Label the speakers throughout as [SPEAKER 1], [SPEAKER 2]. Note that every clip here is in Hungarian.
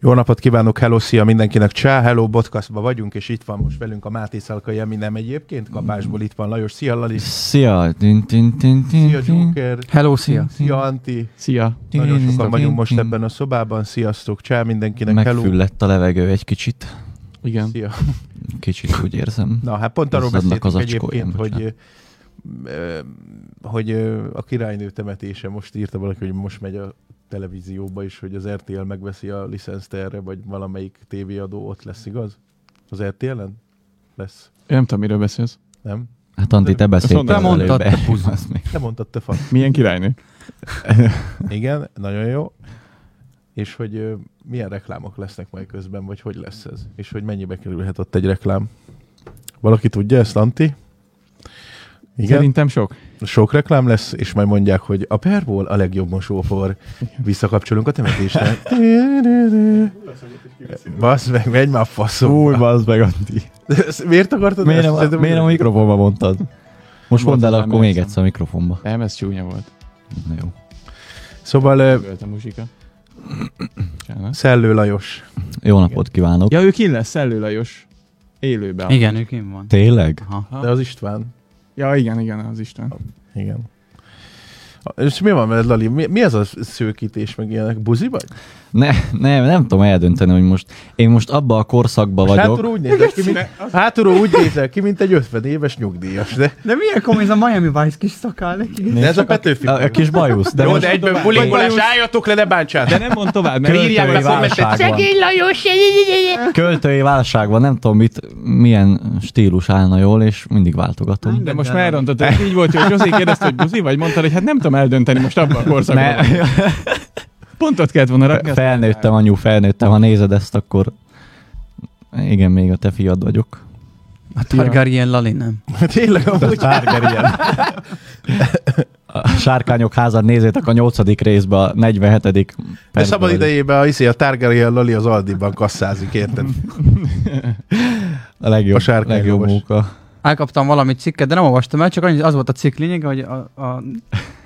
[SPEAKER 1] Jó napot kívánok, hello, szia mindenkinek, csá, hello, podcastban vagyunk, és itt van most velünk a Máté Szalkai, ami nem egyébként, kapásból itt van Lajos, szia Lali,
[SPEAKER 2] Szia! Tin, tin, tin, tin,
[SPEAKER 1] szia Joker,
[SPEAKER 3] Hello, szia!
[SPEAKER 1] szia Anti,
[SPEAKER 3] Szia!
[SPEAKER 1] nagyon sokan vagyunk most ebben a szobában, sziasztok, csá mindenkinek, hello,
[SPEAKER 2] Megfüllett a levegő egy kicsit.
[SPEAKER 3] Igen.
[SPEAKER 1] szia.
[SPEAKER 2] Kicsit úgy érzem.
[SPEAKER 1] Na, hát pont arról
[SPEAKER 2] Hozzáadnak
[SPEAKER 1] beszéltünk
[SPEAKER 2] az
[SPEAKER 1] egyébként,
[SPEAKER 2] acskóján,
[SPEAKER 1] hogy, ö, hogy ö, a királynő temetése, most írta valaki, hogy most megy a televízióba is, hogy az RTL megveszi a licenszt erre, vagy valamelyik tévéadó ott lesz, igaz? Az RTL-en lesz,
[SPEAKER 3] Én nem tudom, miről beszélsz.
[SPEAKER 1] nem?
[SPEAKER 2] Hát Andi, te beszéltél
[SPEAKER 3] Te
[SPEAKER 2] az előbb
[SPEAKER 3] mondtad, te
[SPEAKER 2] erről, az még.
[SPEAKER 1] Te mondtad, te fa.
[SPEAKER 3] Milyen királynő?
[SPEAKER 1] Igen, nagyon jó. És hogy ö, milyen reklámok lesznek majd közben, vagy hogy lesz ez? És hogy mennyibe kerülhet ott egy reklám? Valaki tudja ezt, Anti? Igen, Szerint...
[SPEAKER 3] Szerintem sok.
[SPEAKER 1] sok reklám lesz, és majd mondják, hogy a perból a legjobb mosófor. Visszakapcsolunk a temetésre. Basz meg, megy már a faszom.
[SPEAKER 2] bazd meg, Andi.
[SPEAKER 1] Miért akartad
[SPEAKER 2] Miért
[SPEAKER 1] ezt?
[SPEAKER 2] nem, a,
[SPEAKER 1] Szerintem-
[SPEAKER 2] miért nem a mikrofonba mondtad? Most mondd el
[SPEAKER 3] Mondtam,
[SPEAKER 2] akkor
[SPEAKER 3] nem
[SPEAKER 2] még
[SPEAKER 3] hiszem.
[SPEAKER 2] egyszer a mikrofonba.
[SPEAKER 3] Nem, ez csúnya volt.
[SPEAKER 2] Na jó.
[SPEAKER 1] Szóval ö,
[SPEAKER 3] Ölt a muzsika. Bocsánat.
[SPEAKER 1] Szellő Lajos.
[SPEAKER 2] Jó napot kívánok.
[SPEAKER 3] Ja, ő kin lesz, Szellő Lajos. Élőben.
[SPEAKER 4] Igen, ők kim van.
[SPEAKER 2] Tényleg?
[SPEAKER 4] Aha.
[SPEAKER 1] De az István.
[SPEAKER 3] Ja, igen, igen, az Isten.
[SPEAKER 1] Igen. És mi van veled, Lali? Mi, mi ez a szőkítés, meg ilyenek? Buzi vagy?
[SPEAKER 2] Ne, nem, nem tudom eldönteni, hogy most én most abba a korszakba
[SPEAKER 1] Most
[SPEAKER 2] vagyok.
[SPEAKER 1] Hátulról Hát úgy, nézel ki, mint, hátulról úgy nézel ki, mint egy 50 éves nyugdíjas, de,
[SPEAKER 4] De milyen komoly ez a Miami Vice kis szakáll?
[SPEAKER 1] de ez a Petőfi.
[SPEAKER 2] A, a kis bajusz. De
[SPEAKER 1] Jó,
[SPEAKER 2] most
[SPEAKER 1] de egyben bulikolás, álljatok le, ne
[SPEAKER 3] De
[SPEAKER 1] bántsátok.
[SPEAKER 3] nem mond tovább, mert írják
[SPEAKER 2] költői
[SPEAKER 3] a
[SPEAKER 1] szóval
[SPEAKER 2] válság van.
[SPEAKER 5] Lajos!
[SPEAKER 2] Költői válság van, nem tudom mit, milyen stílus állna jól, és mindig váltogatom.
[SPEAKER 3] de most már elrontottad, így volt, hogy Zsozé kérdezte, hogy buzi, vagy mondtad, hogy hát nem tudom eldönteni most abban a korszakban.
[SPEAKER 2] Ne,
[SPEAKER 3] Ne. Pontot kellett volna rakni. aztán
[SPEAKER 2] felnőttem, anyu, felnőttem, ha nézed ezt, akkor igen, még a te fiad vagyok.
[SPEAKER 4] A Targaryen Lali nem.
[SPEAKER 1] Tényleg, amúgy.
[SPEAKER 2] A Sárkányok házad nézzétek a nyolcadik részbe, a 47.
[SPEAKER 1] De
[SPEAKER 2] percbe
[SPEAKER 1] szabad
[SPEAKER 2] vagyok.
[SPEAKER 1] idejében a, hiszi, a Targaryen Lali az Aldiban kasszázik, érted?
[SPEAKER 2] A legjobb,
[SPEAKER 1] a
[SPEAKER 2] a
[SPEAKER 1] sárkány
[SPEAKER 2] legjobb
[SPEAKER 1] lovas.
[SPEAKER 2] móka.
[SPEAKER 4] Elkaptam valami cikket, de nem olvastam el, csak annyi, az volt a cikk lényege, hogy a, a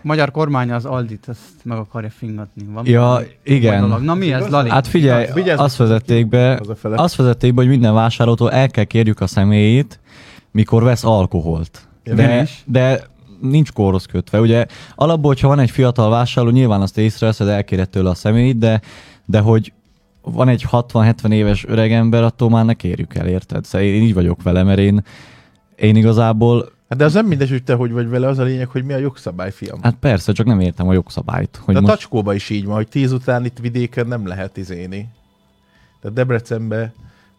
[SPEAKER 4] magyar kormány az Aldit, azt meg akarja fingatni. Van
[SPEAKER 2] Ja,
[SPEAKER 4] valami
[SPEAKER 2] igen.
[SPEAKER 4] dolog. Na mi ez, Lali?
[SPEAKER 2] Hát figyelj,
[SPEAKER 1] Igaz, vigyázz,
[SPEAKER 2] azt vezették be,
[SPEAKER 1] Az a fele.
[SPEAKER 2] azt vezették be, hogy minden vásárlótól el kell kérjük a személyét, mikor vesz alkoholt.
[SPEAKER 1] Igen.
[SPEAKER 2] De,
[SPEAKER 4] is.
[SPEAKER 2] de nincs kórhoz kötve. Ugye alapból, hogyha van egy fiatal vásárló, nyilván azt észreveszed, elkéred tőle a személyét, de, de hogy van egy 60-70 éves öregember, attól már ne kérjük el, érted? Szóval én így vagyok vele, mert én, én igazából,
[SPEAKER 1] Hát de az nem mindegy, hogy te hogy vagy vele, az a lényeg, hogy mi a jogszabály, fiam.
[SPEAKER 2] hát persze, csak nem értem a jogszabályt. Hogy
[SPEAKER 1] De a
[SPEAKER 2] most...
[SPEAKER 1] tacskóba is így van, hogy tíz után itt vidéken nem lehet izéni. Tehát Debrecenbe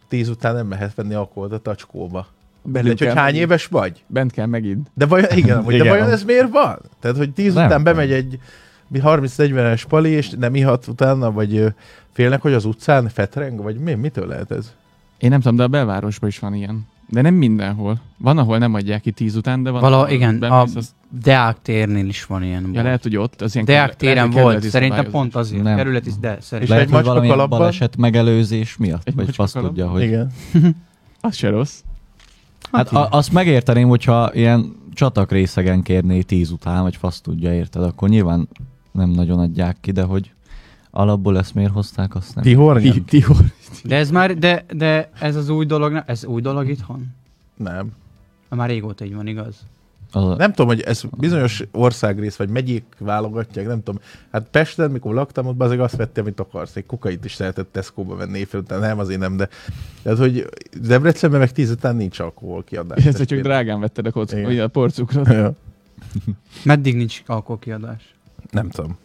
[SPEAKER 1] tíz után nem lehet venni alkoholt a tacskóba.
[SPEAKER 3] Belül
[SPEAKER 1] Mindegy, hogy
[SPEAKER 3] kell
[SPEAKER 1] hány
[SPEAKER 3] megint.
[SPEAKER 1] éves vagy?
[SPEAKER 3] Bent kell megint.
[SPEAKER 1] De vajon, igen, amúgy, de
[SPEAKER 2] Igen.
[SPEAKER 1] vajon ez miért van? Tehát, hogy 10
[SPEAKER 2] Nem
[SPEAKER 1] után
[SPEAKER 2] tudom.
[SPEAKER 1] bemegy egy mi 30-40-es pali, és nem ihat utána, vagy ö, félnek, hogy az utcán fetreng, vagy mi, mitől lehet ez?
[SPEAKER 3] Én nem tudom, de a belvárosban is van ilyen. De nem mindenhol. Van, ahol nem adják ki tíz után, de van.
[SPEAKER 4] Valahol,
[SPEAKER 3] ahol
[SPEAKER 4] igen,
[SPEAKER 3] bemész,
[SPEAKER 4] a-
[SPEAKER 3] az-
[SPEAKER 4] Deák térnél is van ilyen.
[SPEAKER 3] Ja,
[SPEAKER 4] volt.
[SPEAKER 3] lehet, hogy ott az ilyen...
[SPEAKER 4] Deák
[SPEAKER 3] kerület- lehet,
[SPEAKER 4] téren
[SPEAKER 3] hogy
[SPEAKER 4] volt,
[SPEAKER 3] kerületi
[SPEAKER 4] szerintem
[SPEAKER 3] szabályozás.
[SPEAKER 4] pont azért.
[SPEAKER 2] Nem.
[SPEAKER 4] Kerületi, de
[SPEAKER 1] És
[SPEAKER 4] szerintem.
[SPEAKER 2] Lehet,
[SPEAKER 1] egy
[SPEAKER 2] hogy
[SPEAKER 1] macska
[SPEAKER 2] valamilyen
[SPEAKER 1] kalapban?
[SPEAKER 2] baleset megelőzés miatt,
[SPEAKER 3] Egy
[SPEAKER 2] vagy
[SPEAKER 3] macska
[SPEAKER 2] fasz
[SPEAKER 3] kalap?
[SPEAKER 2] tudja, hogy...
[SPEAKER 1] Hogy? Igen.
[SPEAKER 3] Az se rossz.
[SPEAKER 2] Hát a, azt megérteném, hogyha ilyen csatak részegen kérné tíz után, vagy fasz tudja, érted, akkor nyilván nem nagyon adják ki, de hogy alapból ezt miért hozták, azt nem.
[SPEAKER 1] Tihor? Nem.
[SPEAKER 3] Tihor.
[SPEAKER 4] De ez már, de, de ez az új dolog, nem- ez új dolog itthon?
[SPEAKER 1] nem.
[SPEAKER 4] Már régóta így van, igaz?
[SPEAKER 2] Az a,
[SPEAKER 1] Nem tudom, hogy ez bizonyos országrész, vagy megyék válogatják, nem tudom. Hát Pesten, mikor laktam, ott azért azt vettem, amit akarsz. Egy kukait is lehetett Tesco-ba venni éjfél után, nem, azért nem, de... Tehát, hogy Debrecenben meg 10 után nincs alkohol kiadás.
[SPEAKER 3] Ez csak drágán vetted a, kock,
[SPEAKER 1] Igen.
[SPEAKER 3] vagy a porcukrot.
[SPEAKER 1] Ja.
[SPEAKER 4] Meddig nincs alkoholkiadás?
[SPEAKER 1] Nem tudom.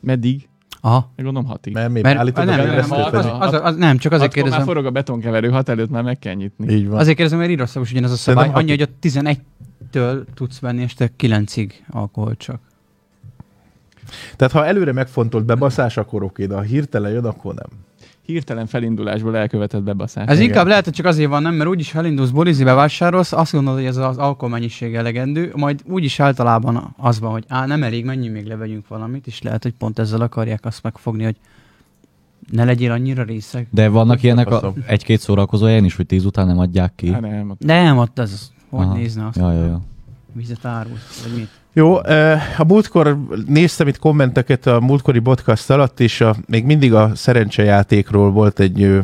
[SPEAKER 3] Meddig?
[SPEAKER 4] Aha.
[SPEAKER 3] Meg gondolom hatig.
[SPEAKER 1] Mert mi
[SPEAKER 4] Mert,
[SPEAKER 1] állítod
[SPEAKER 4] nem,
[SPEAKER 1] a
[SPEAKER 4] nem, nem,
[SPEAKER 1] fejlesztőt,
[SPEAKER 4] az,
[SPEAKER 1] hogy-
[SPEAKER 4] az, az, az, nem, csak azért
[SPEAKER 3] Hatkor már
[SPEAKER 4] kérdezem.
[SPEAKER 3] forog a betonkeverő, hat előtt már meg kell nyitni.
[SPEAKER 1] Így van.
[SPEAKER 4] Azért kérdezem, mert Írországos ugyanez a szabály.
[SPEAKER 1] Szerintem
[SPEAKER 4] Annyi, hogy a 11-től tudsz venni, és te 9-ig alkohol csak.
[SPEAKER 1] Tehát ha előre megfontolt bebaszás, akkor oké, de ha hirtelen jön, akkor nem.
[SPEAKER 3] Hirtelen felindulásból elkövetett bebaszás.
[SPEAKER 4] Ez
[SPEAKER 1] igen.
[SPEAKER 4] inkább lehet, hogy csak azért van, nem, mert úgyis ha elindulsz bulizni, bevásárolsz, azt gondolod, hogy ez az alkoholmennyiség elegendő, majd úgyis általában az van, hogy á, nem elég, mennyi még levegyünk valamit, és lehet, hogy pont ezzel akarják azt megfogni, hogy ne legyél annyira részeg.
[SPEAKER 2] de vannak ilyenek a,
[SPEAKER 1] tapasztalom.
[SPEAKER 2] egy-két szórakozó helyen is, hogy tíz után nem adják ki.
[SPEAKER 3] Hát nem, ott-
[SPEAKER 4] Nem, ott ez, hogy
[SPEAKER 2] Aha.
[SPEAKER 4] nézne azt,
[SPEAKER 2] Ja, ja, ja.
[SPEAKER 4] vizet árulsz, vagy mit.
[SPEAKER 1] Jó, eh, a múltkor néztem itt kommenteket a múltkori podcast alatt, és a, még mindig a szerencsejátékról volt egy ö,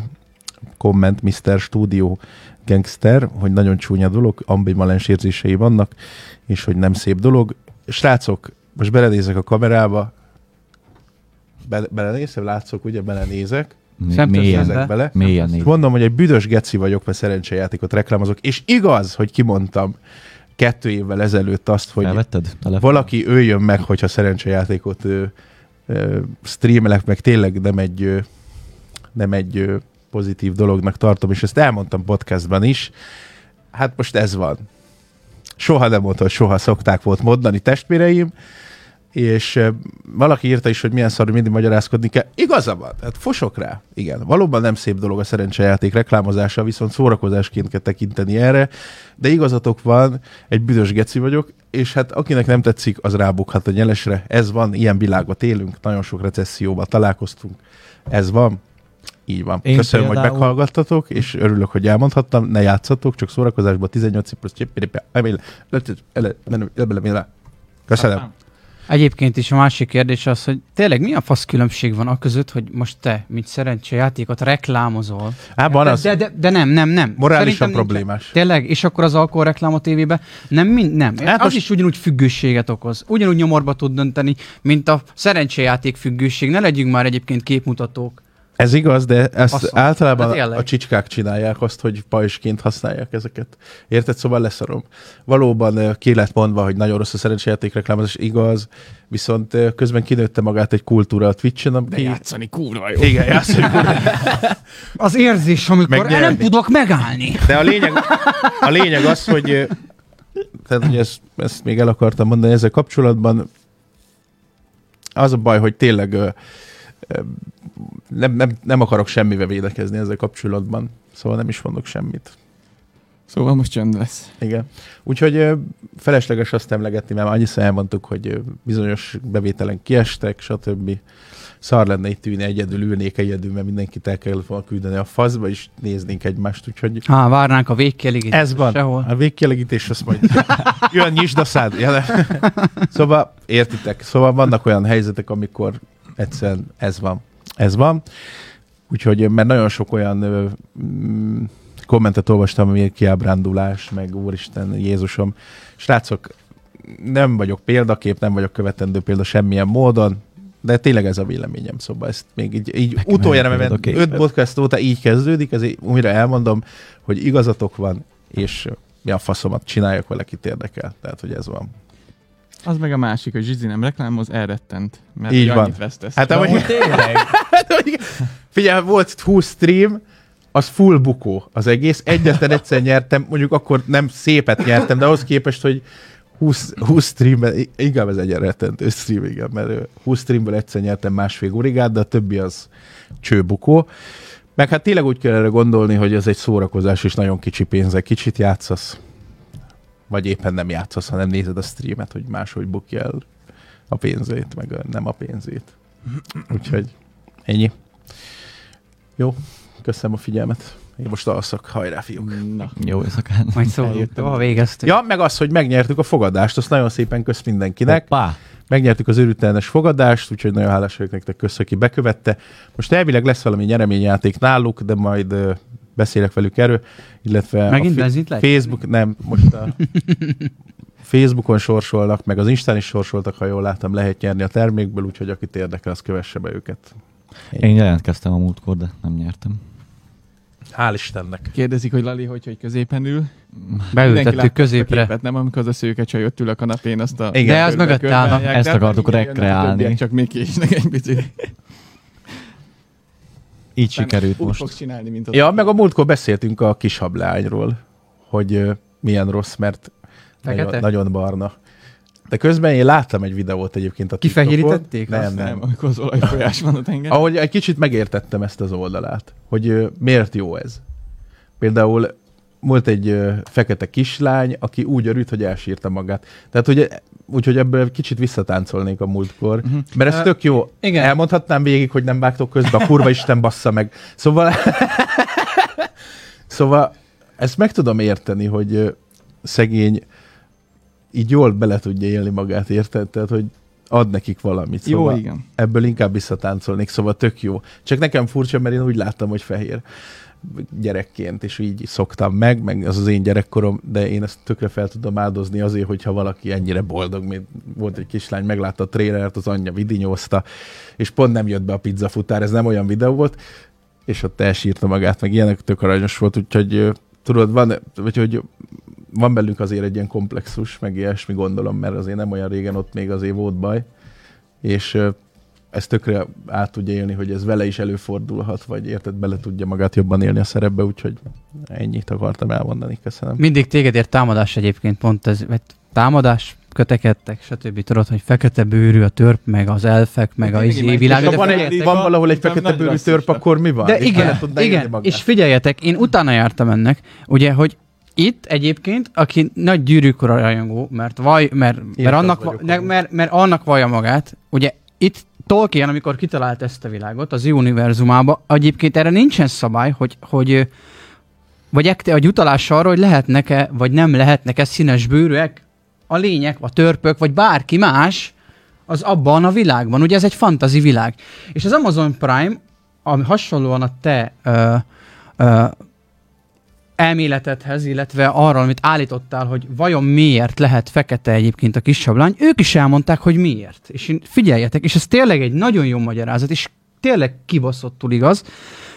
[SPEAKER 1] komment Mr. Studio Gangster, hogy nagyon csúnya dolog, ambivalens érzései vannak, és hogy nem szép dolog. Srácok, most belenézek a kamerába, Be- belenézem, látszok, ugye, belenézek,
[SPEAKER 2] Mi-
[SPEAKER 4] Szemtől
[SPEAKER 2] Mélyen,
[SPEAKER 4] szembe.
[SPEAKER 1] nézek bele.
[SPEAKER 2] mélyen néz.
[SPEAKER 1] Mondom, hogy egy büdös geci vagyok, mert szerencsejátékot reklámozok, és igaz, hogy kimondtam kettő évvel ezelőtt azt, hogy
[SPEAKER 2] Felvetted? Telefon?
[SPEAKER 1] valaki öljön meg, hogyha szerencsejátékot ö, ö, streamelek, meg tényleg nem egy, ö, nem egy ö, pozitív dolognak tartom, és ezt elmondtam podcastban is. Hát most ez van. Soha nem mondta, soha szokták volt mondani testvéreim, és ö, valaki írta is, hogy milyen szar, hogy mindig magyarázkodni kell. Igaza van, hát fosok rá. Igen, valóban nem szép dolog a szerencsejáték reklámozása, viszont szórakozásként kell tekinteni erre, de igazatok van, egy büdös geci vagyok, és hát akinek nem tetszik, az rábukhat a nyelesre. Ez van, ilyen világot élünk, nagyon sok recesszióba találkoztunk. Ez van, így van.
[SPEAKER 2] Én
[SPEAKER 1] Én Köszönöm, például... hogy
[SPEAKER 2] például-
[SPEAKER 1] meghallgattatok, és örülök, hogy elmondhattam, ne játszatok, csak szórakozásban 18 plusz Köszönöm.
[SPEAKER 4] Egyébként is a másik kérdés az, hogy tényleg mi a fasz különbség van a között, hogy most te, mint szerencsejátékot reklámozol.
[SPEAKER 1] Á, Hát van
[SPEAKER 4] de,
[SPEAKER 1] az.
[SPEAKER 4] de, de, de, nem, nem, nem. Szerintem
[SPEAKER 1] Morálisan
[SPEAKER 4] nincs-
[SPEAKER 1] problémás.
[SPEAKER 4] Tényleg, és akkor az alkoholreklám a tévébe? Nem, mind, nem.
[SPEAKER 1] Hát
[SPEAKER 4] Hát az
[SPEAKER 1] most-
[SPEAKER 4] is ugyanúgy függőséget okoz. Ugyanúgy nyomorba tud dönteni, mint a szerencsejáték függőség. Ne legyünk már egyébként képmutatók.
[SPEAKER 1] Ez igaz, de ezt
[SPEAKER 4] Faszom. Hát
[SPEAKER 1] általában
[SPEAKER 4] tényleg.
[SPEAKER 1] a csicskák csinálják azt, hogy pajsként használják ezeket. Érted? Szóval leszarom. Valóban ö, ki lett mondva, hogy nagyon rossz a szerencsejáték reklámozás, igaz, viszont ö, közben kinőtte magát egy kultúra a Twitch-en,
[SPEAKER 3] De
[SPEAKER 1] ami...
[SPEAKER 3] játszani kurva jó.
[SPEAKER 1] Igen, játszani.
[SPEAKER 4] Az érzés, amikor
[SPEAKER 1] Megnyerni.
[SPEAKER 4] nem tudok megállni.
[SPEAKER 1] De a lényeg, a lényeg az, hogy ö, tehát, hogy ezt, ezt még el akartam mondani ezzel kapcsolatban, az a baj, hogy tényleg ö, ö, nem, nem, nem akarok semmivel védekezni ezzel kapcsolatban, szóval nem is mondok semmit.
[SPEAKER 3] Szóval most csönd lesz.
[SPEAKER 1] Igen. Úgyhogy ö, felesleges azt emlegetni, mert már annyiszor elmondtuk, hogy ö, bizonyos bevételen kiestek, stb. Szar lenne itt ülni, egyedül ülnék egyedül, mert mindenkit el kellett volna küldeni a faszba, és néznénk egymást, úgyhogy
[SPEAKER 4] Á, várnánk a végkielégítést.
[SPEAKER 1] ez van.
[SPEAKER 4] Sehol.
[SPEAKER 1] A végkielégítés azt majd jön, nyisd a szád. Ja, de. Szóval értitek. Szóval vannak olyan helyzetek, amikor egyszerűen ez van. Ez van. Úgyhogy, mert nagyon sok olyan ö, mm, kommentet olvastam, ami kiábrándulás, meg úristen, Jézusom. Srácok, nem vagyok példakép, nem vagyok követendő példa semmilyen módon, de tényleg ez a véleményem, szóval ezt még így, így
[SPEAKER 2] Nekem
[SPEAKER 1] utoljára,
[SPEAKER 2] nem
[SPEAKER 1] mert
[SPEAKER 2] példakép.
[SPEAKER 1] öt podcast óta így kezdődik, ezért újra elmondom, hogy igazatok van, és mi a faszomat csináljak vele, kit érdekel. Tehát, hogy ez van.
[SPEAKER 3] Az meg a másik, hogy Zsizi nem reklámoz, elrettent. Mert
[SPEAKER 1] Így
[SPEAKER 3] Így
[SPEAKER 1] van.
[SPEAKER 3] annyit vesztesz.
[SPEAKER 1] Hát, amúgy-
[SPEAKER 2] tényleg?
[SPEAKER 1] Figyelj, volt 20 stream, az full bukó az egész. Egyetlen egyszer nyertem, mondjuk akkor nem szépet nyertem, de ahhoz képest, hogy 20, 20 streamben, i- inkább ez egy rettentő stream, igen, mert ö, 20 streamből egyszer nyertem másfél gurigát, de a többi az csőbukó. Meg hát tényleg úgy kell erre gondolni, hogy ez egy szórakozás, és nagyon kicsi pénze, kicsit játszasz. Vagy éppen nem játszasz, hanem nézed a streamet, hogy máshogy bukja el a pénzét, meg a, nem a pénzét. Úgyhogy ennyi. Jó, köszönöm a figyelmet. Én most alszok, hajrá fiúk.
[SPEAKER 3] Na.
[SPEAKER 2] Jó éjszakán.
[SPEAKER 4] Majd szólunk.
[SPEAKER 1] Eljöttem.
[SPEAKER 4] Jó, végeztük.
[SPEAKER 1] Ja, meg az, hogy megnyertük a fogadást, azt nagyon szépen kösz mindenkinek.
[SPEAKER 2] Hoppá!
[SPEAKER 1] Megnyertük az őrültenes fogadást, úgyhogy nagyon hálás vagyok nektek, kösz, aki bekövette. Most elvileg lesz valami nyereményjáték náluk, de majd ö, beszélek velük erről, illetve
[SPEAKER 4] Megint
[SPEAKER 1] a
[SPEAKER 4] benzint lehet?
[SPEAKER 1] Facebook, nem, most a Facebookon sorsolnak, meg az Instán is sorsoltak, ha jól láttam, lehet nyerni a termékből, úgyhogy akit érdekel, az kövesse be őket.
[SPEAKER 2] Én jelentkeztem a múltkor, de nem nyertem.
[SPEAKER 1] Hál' Istennek!
[SPEAKER 3] Kérdezik, hogy Lali, hogy, hogy középen ül. Mindenki látta
[SPEAKER 4] Beültettük
[SPEAKER 3] azt a
[SPEAKER 4] középre.
[SPEAKER 3] Képet, nem, amikor az a szőke csaj ott ül a kanapén, azt a...
[SPEAKER 1] Igen.
[SPEAKER 4] De az
[SPEAKER 3] körbe-
[SPEAKER 4] mögött állnak.
[SPEAKER 3] körbejárják,
[SPEAKER 2] Ezt
[SPEAKER 3] de hát
[SPEAKER 2] akartuk
[SPEAKER 3] igen, jönnek a
[SPEAKER 2] rekreálni.
[SPEAKER 3] többiek, Csak Miki is egy picit.
[SPEAKER 2] Így sikerült
[SPEAKER 3] Úgy
[SPEAKER 2] most.
[SPEAKER 3] fogsz csinálni, mint az
[SPEAKER 1] Ja, meg a múltkor beszéltünk a kis hableányról, hogy ö, milyen rossz, mert
[SPEAKER 4] Fekete?
[SPEAKER 1] nagyon, nagyon barna. De közben én láttam egy videót egyébként a TikTokon.
[SPEAKER 4] Kifehérítették
[SPEAKER 1] Nem,
[SPEAKER 4] azt?
[SPEAKER 1] nem.
[SPEAKER 3] Nem, amikor az olajfolyás van a tenger.
[SPEAKER 1] Ahogy egy kicsit megértettem ezt az oldalát, hogy ö, miért jó ez. Például volt egy ö, fekete kislány, aki úgy örült, hogy elsírta magát. Tehát ugye, úgyhogy ebből kicsit visszatáncolnék a múltkor, mert ez
[SPEAKER 4] Mhm. Ö,
[SPEAKER 1] tök jó.
[SPEAKER 4] igen.
[SPEAKER 1] Elmondhatnám végig, hogy nem vágtok közbe, a kurva Isten bassza meg. Szóval, szóval ezt meg tudom érteni, hogy ö, szegény így jól bele tudja élni magát, érted? Tehát, hogy ad nekik valamit.
[SPEAKER 3] Jó,
[SPEAKER 1] Szóval
[SPEAKER 3] igen.
[SPEAKER 1] ebből inkább visszatáncolnék, szóval tök jó. Csak nekem furcsa, mert én úgy láttam, hogy fehér gyerekként, és így szoktam meg, meg az az én gyerekkorom, de én ezt tökre fel tudom áldozni azért, hogyha valaki ennyire boldog, mint volt egy kislány, meglátta a trélert, az anyja vidinyózta, és pont nem jött be a pizza futár, ez nem olyan videó volt, és ott elsírta magát, meg ilyenek tök aranyos volt, úgyhogy ö, tudod, van, vagy hogy van belünk azért egy ilyen komplexus, meg ilyesmi gondolom, mert azért nem olyan régen ott még azért volt baj, és ö, ezt tökre át tudja élni, hogy ez vele is előfordulhat, vagy érted, bele tudja magát jobban élni a szerepbe, úgyhogy ennyit akartam elmondani, köszönöm.
[SPEAKER 4] Mindig téged ért támadás egyébként, pont ez, vagy támadás, kötekedtek, stb. Tudod, hogy fekete bőrű a törp, meg az elfek, meg a
[SPEAKER 3] Mindig
[SPEAKER 4] izé
[SPEAKER 3] imádjuk.
[SPEAKER 4] világ.
[SPEAKER 3] És
[SPEAKER 1] Ha
[SPEAKER 4] De,
[SPEAKER 3] a
[SPEAKER 1] van, egy,
[SPEAKER 3] figyeljetek,
[SPEAKER 1] van
[SPEAKER 3] a-
[SPEAKER 1] valahol egy
[SPEAKER 3] nem
[SPEAKER 1] fekete
[SPEAKER 3] nagy
[SPEAKER 1] bőrű
[SPEAKER 3] rasszista.
[SPEAKER 1] törp, akkor mi van?
[SPEAKER 4] de
[SPEAKER 1] És bele
[SPEAKER 4] igen,
[SPEAKER 1] tudná élni
[SPEAKER 4] igen,
[SPEAKER 1] magát.
[SPEAKER 4] és figyeljetek, én utána jártam ennek, ugye, hogy itt egyébként, aki nagy gyűrűkora rajongó, mert, vaj, mert, mert,
[SPEAKER 1] az
[SPEAKER 4] annak, va,
[SPEAKER 1] vagyok
[SPEAKER 4] ne,
[SPEAKER 1] amúgy.
[SPEAKER 4] mert, mert annak vallja magát, ugye itt Tolkien, amikor kitalált ezt a világot, az ő univerzumába, egyébként erre nincsen szabály, hogy, hogy ö, vagy ekte- egy utalás arra, hogy lehetnek-e, vagy nem lehetnek-e színes bőrűek, a lények, a törpök, vagy bárki más, az abban a világban. Ugye ez egy fantazi világ. És az Amazon Prime, ami hasonlóan a te ö, ö, elméletedhez, illetve arra, amit állítottál, hogy vajon miért lehet fekete egyébként a kis sablány, ők is elmondták, hogy miért. És én- figyeljetek, és ez tényleg egy nagyon jó magyarázat, és tényleg kibaszottul igaz,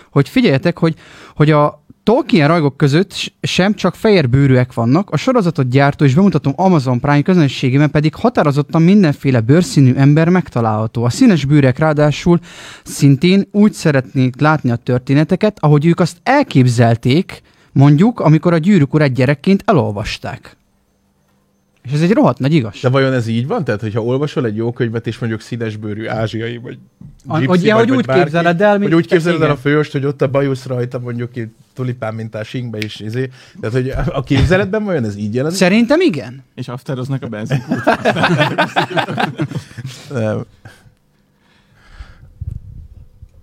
[SPEAKER 4] hogy figyeljetek, hogy, hogy a Tolkien rajgok között s- sem csak fehér bőrűek vannak, a sorozatot gyártó és bemutató Amazon Prime közönségében pedig határozottan mindenféle bőrszínű ember megtalálható. A színes bőrek ráadásul szintén úgy szeretnék látni a történeteket, ahogy ők azt elképzelték, mondjuk, amikor a gyűrűk urát gyerekként elolvasták. És ez egy rohadt nagy
[SPEAKER 1] De
[SPEAKER 4] igazság.
[SPEAKER 1] vajon ez így van? Tehát, hogyha olvasol egy jó könyvet, és mondjuk színesbőrű ázsiai, vagy
[SPEAKER 4] A-
[SPEAKER 1] gypsy,
[SPEAKER 4] hogy ilyen,
[SPEAKER 1] vagy,
[SPEAKER 4] hogy
[SPEAKER 1] vagy
[SPEAKER 4] úgy
[SPEAKER 1] bárki,
[SPEAKER 4] képzeled el, mint-
[SPEAKER 1] hogy úgy képzeled el a
[SPEAKER 4] igen.
[SPEAKER 1] főst, hogy ott a bajusz rajta mondjuk itt tulipán mintás ingbe is, izé. Tehát, hogy a- a képzeletben vajon ez így jelent?
[SPEAKER 4] Szerintem igen.
[SPEAKER 3] És afteroznak a benzin.
[SPEAKER 1] Nem.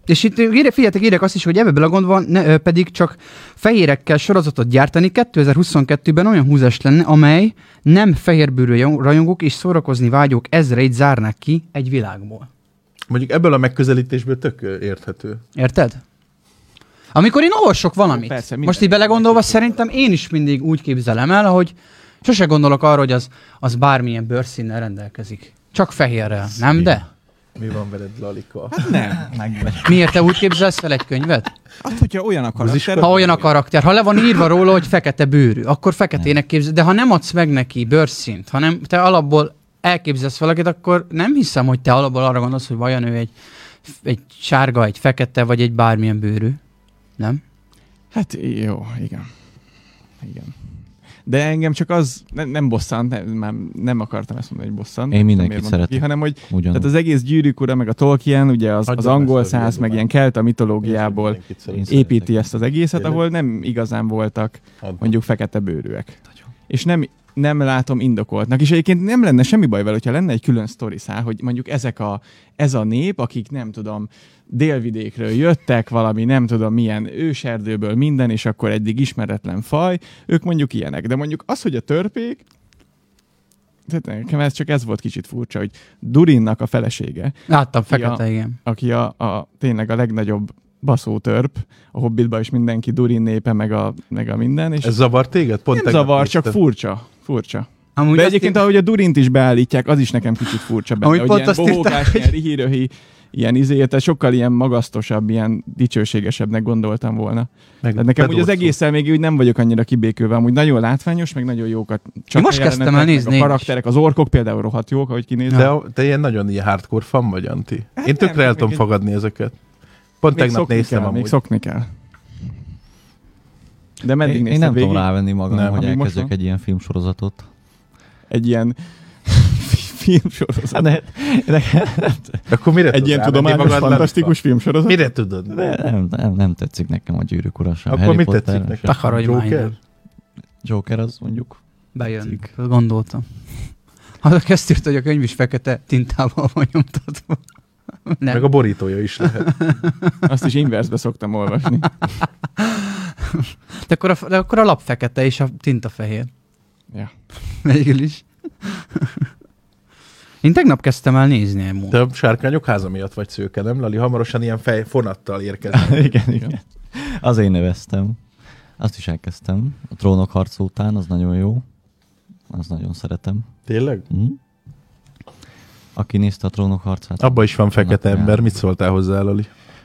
[SPEAKER 4] És itt írja- figyeljetek, írják azt is, hogy ebből a gond van, ne, ö, pedig csak fehérekkel sorozatot gyártani 2022-ben olyan húzás lenne, amely nem fehérbőrű jong- rajongók és szórakozni vágyók ezreit zárnák ki egy világból.
[SPEAKER 1] Mondjuk ebből a megközelítésből tök ö, érthető.
[SPEAKER 4] Érted? Amikor én olvasok valamit,
[SPEAKER 3] Persze,
[SPEAKER 4] Persze,
[SPEAKER 3] minden-
[SPEAKER 4] most így belegondolva szerintem én is mindig úgy képzelem el, hogy sose gondolok arra, hogy az, az bármilyen bőrszínnel rendelkezik. Csak fehérrel, nem de?
[SPEAKER 1] Mi van veled,
[SPEAKER 3] Hát,
[SPEAKER 1] Lalika?
[SPEAKER 3] Nem. Meg.
[SPEAKER 4] Miért te úgy képzelsz el egy könyvet?
[SPEAKER 3] Hát, hogyha olyan akar.
[SPEAKER 1] Az is
[SPEAKER 4] Ha olyan a karakter, ha le van írva róla, hogy fekete bőrű, akkor feketének képzel, de ha nem adsz meg neki bőrszint, hanem te alapból elképzelsz valakit, akkor nem hiszem, hogy te alapból arra gondolsz, hogy vajon ő egy, egy sárga, egy fekete, vagy egy bármilyen bőrű. Nem?
[SPEAKER 3] Hát jó, igen. Igen. De engem csak az, ne, nem bosszant, nem, már nem akartam ezt mondani, hogy bosszant.
[SPEAKER 2] Én mindenkit
[SPEAKER 3] nem miért mondtam
[SPEAKER 2] szeretek.
[SPEAKER 3] Ki, hanem, hogy
[SPEAKER 2] Ugyanúgy.
[SPEAKER 3] tehát az egész gyűrűk ura, meg a Tolkien, ugye az,
[SPEAKER 1] Hagyjad
[SPEAKER 3] az
[SPEAKER 1] ezt a
[SPEAKER 3] angol
[SPEAKER 1] videót
[SPEAKER 3] száz, meg
[SPEAKER 1] már.
[SPEAKER 3] ilyen kelta
[SPEAKER 1] Én
[SPEAKER 3] mitológiából
[SPEAKER 1] is mindenkit szeretek.
[SPEAKER 3] építi ezt az egészet,
[SPEAKER 1] Tényleg?
[SPEAKER 3] ahol nem igazán voltak
[SPEAKER 1] Add.
[SPEAKER 3] mondjuk fekete bőrűek.
[SPEAKER 2] Nagyon.
[SPEAKER 3] És nem, nem látom indokoltnak. És egyébként nem lenne semmi baj vele, hogyha lenne egy külön sztoriszál, hogy mondjuk ezek a, ez a nép, akik nem tudom, délvidékről jöttek, valami nem tudom milyen őserdőből minden, és akkor eddig ismeretlen faj, ők mondjuk ilyenek. De mondjuk az, hogy a törpék, tehát nekem ez csak ez volt kicsit furcsa, hogy Durinnak a felesége,
[SPEAKER 4] Láttam fekete, ja. igen.
[SPEAKER 3] aki a, a tényleg a legnagyobb baszótörp, a Hobbitba is mindenki Durin népe, meg a, meg a minden, és
[SPEAKER 1] Ez zavar téged? Pont
[SPEAKER 3] nem
[SPEAKER 1] tegnap
[SPEAKER 3] zavar, csak
[SPEAKER 1] néztem.
[SPEAKER 3] furcsa. Furcsa.
[SPEAKER 4] Amúgy
[SPEAKER 3] De
[SPEAKER 4] azt
[SPEAKER 3] egyébként,
[SPEAKER 4] én-
[SPEAKER 3] ahogy a Durint is beállítják, az is nekem kicsit furcsa benne,
[SPEAKER 4] Amúgy
[SPEAKER 3] hogy
[SPEAKER 4] pont
[SPEAKER 3] ilyen
[SPEAKER 4] azt írták,
[SPEAKER 3] bohókás,
[SPEAKER 4] hogy-
[SPEAKER 3] ilyen rihiröhi, ilyen izé, tehát sokkal ilyen magasztosabb, ilyen dicsőségesebbnek gondoltam volna.
[SPEAKER 1] Meg
[SPEAKER 3] Tehát nekem úgy az
[SPEAKER 1] bedolcol.
[SPEAKER 3] egésszel még úgy nem vagyok annyira kibékülve, amúgy nagyon látványos, meg nagyon jókat csak
[SPEAKER 4] Én most
[SPEAKER 3] a
[SPEAKER 4] kezdtem el
[SPEAKER 3] jelenetek, meg
[SPEAKER 4] nézni
[SPEAKER 3] A
[SPEAKER 4] én is.
[SPEAKER 3] karakterek, az orkok például rohadt jók, ahogy kinéznek.
[SPEAKER 1] De te ilyen nagyon ilyen hardcore fan vagy, Anti. Én
[SPEAKER 3] Hát nem,
[SPEAKER 1] tökre el
[SPEAKER 3] még
[SPEAKER 1] tudom
[SPEAKER 3] egy-
[SPEAKER 1] fogadni ezeket. Pont
[SPEAKER 3] Még
[SPEAKER 1] tegnap
[SPEAKER 3] szokni
[SPEAKER 1] néztem
[SPEAKER 3] kell, Még
[SPEAKER 1] amúgy.
[SPEAKER 3] szokni kell. De meddig
[SPEAKER 2] Én, én
[SPEAKER 3] nézted
[SPEAKER 2] nem
[SPEAKER 3] végig?
[SPEAKER 2] tudom rávenni magam,
[SPEAKER 1] Nem,
[SPEAKER 2] nem, hogy
[SPEAKER 3] amíg most
[SPEAKER 2] elkezdjek
[SPEAKER 3] van.
[SPEAKER 2] egy ilyen filmsorozatot.
[SPEAKER 3] Egy ilyen filmsorozat.
[SPEAKER 2] Hát ne, nekem
[SPEAKER 1] Akkor mire
[SPEAKER 3] egy
[SPEAKER 1] tudod
[SPEAKER 3] ilyen
[SPEAKER 1] rávenni
[SPEAKER 3] tudományos,
[SPEAKER 1] magad, Latka?
[SPEAKER 3] fantasztikus filmsorozat.
[SPEAKER 1] Mire tudod?
[SPEAKER 2] ne, nem, nem, nem tetszik nekem a gyűrűk ura sem.
[SPEAKER 1] Akkor
[SPEAKER 2] Harry
[SPEAKER 1] mit
[SPEAKER 2] Potter
[SPEAKER 1] tetszik
[SPEAKER 2] sem.
[SPEAKER 1] neked?
[SPEAKER 4] Takarodj már
[SPEAKER 1] Joker?
[SPEAKER 4] innen.
[SPEAKER 2] Joker az mondjuk.
[SPEAKER 4] Bejön.
[SPEAKER 2] Tetszik.
[SPEAKER 4] Azt Gondoltam. Az a kezd írt, hogy a könyv is fekete tintával van nyomtatva. Nem.
[SPEAKER 1] Meg a borítója is lehet.
[SPEAKER 3] Azt is inversbe szoktam olvasni.
[SPEAKER 4] De, akkor a, de akkor a lap fekete és a tinta fehér.
[SPEAKER 3] Ja.
[SPEAKER 4] Végül is. Én tegnap kezdtem el nézni egy
[SPEAKER 1] Te a sárkányok háza miatt vagy szőke, nem Lali? Hamarosan ilyen fej, fonattal érkezik.
[SPEAKER 2] igen, igen. Az én neveztem. Azt is elkezdtem. A trónok harca után, az nagyon jó. Az nagyon szeretem.
[SPEAKER 1] Tényleg?
[SPEAKER 2] Hm? Aki nézte a trónok harcát,
[SPEAKER 1] Abba is van fekete
[SPEAKER 2] Napján.
[SPEAKER 1] ember. Mit szóltál hozzá, Lali?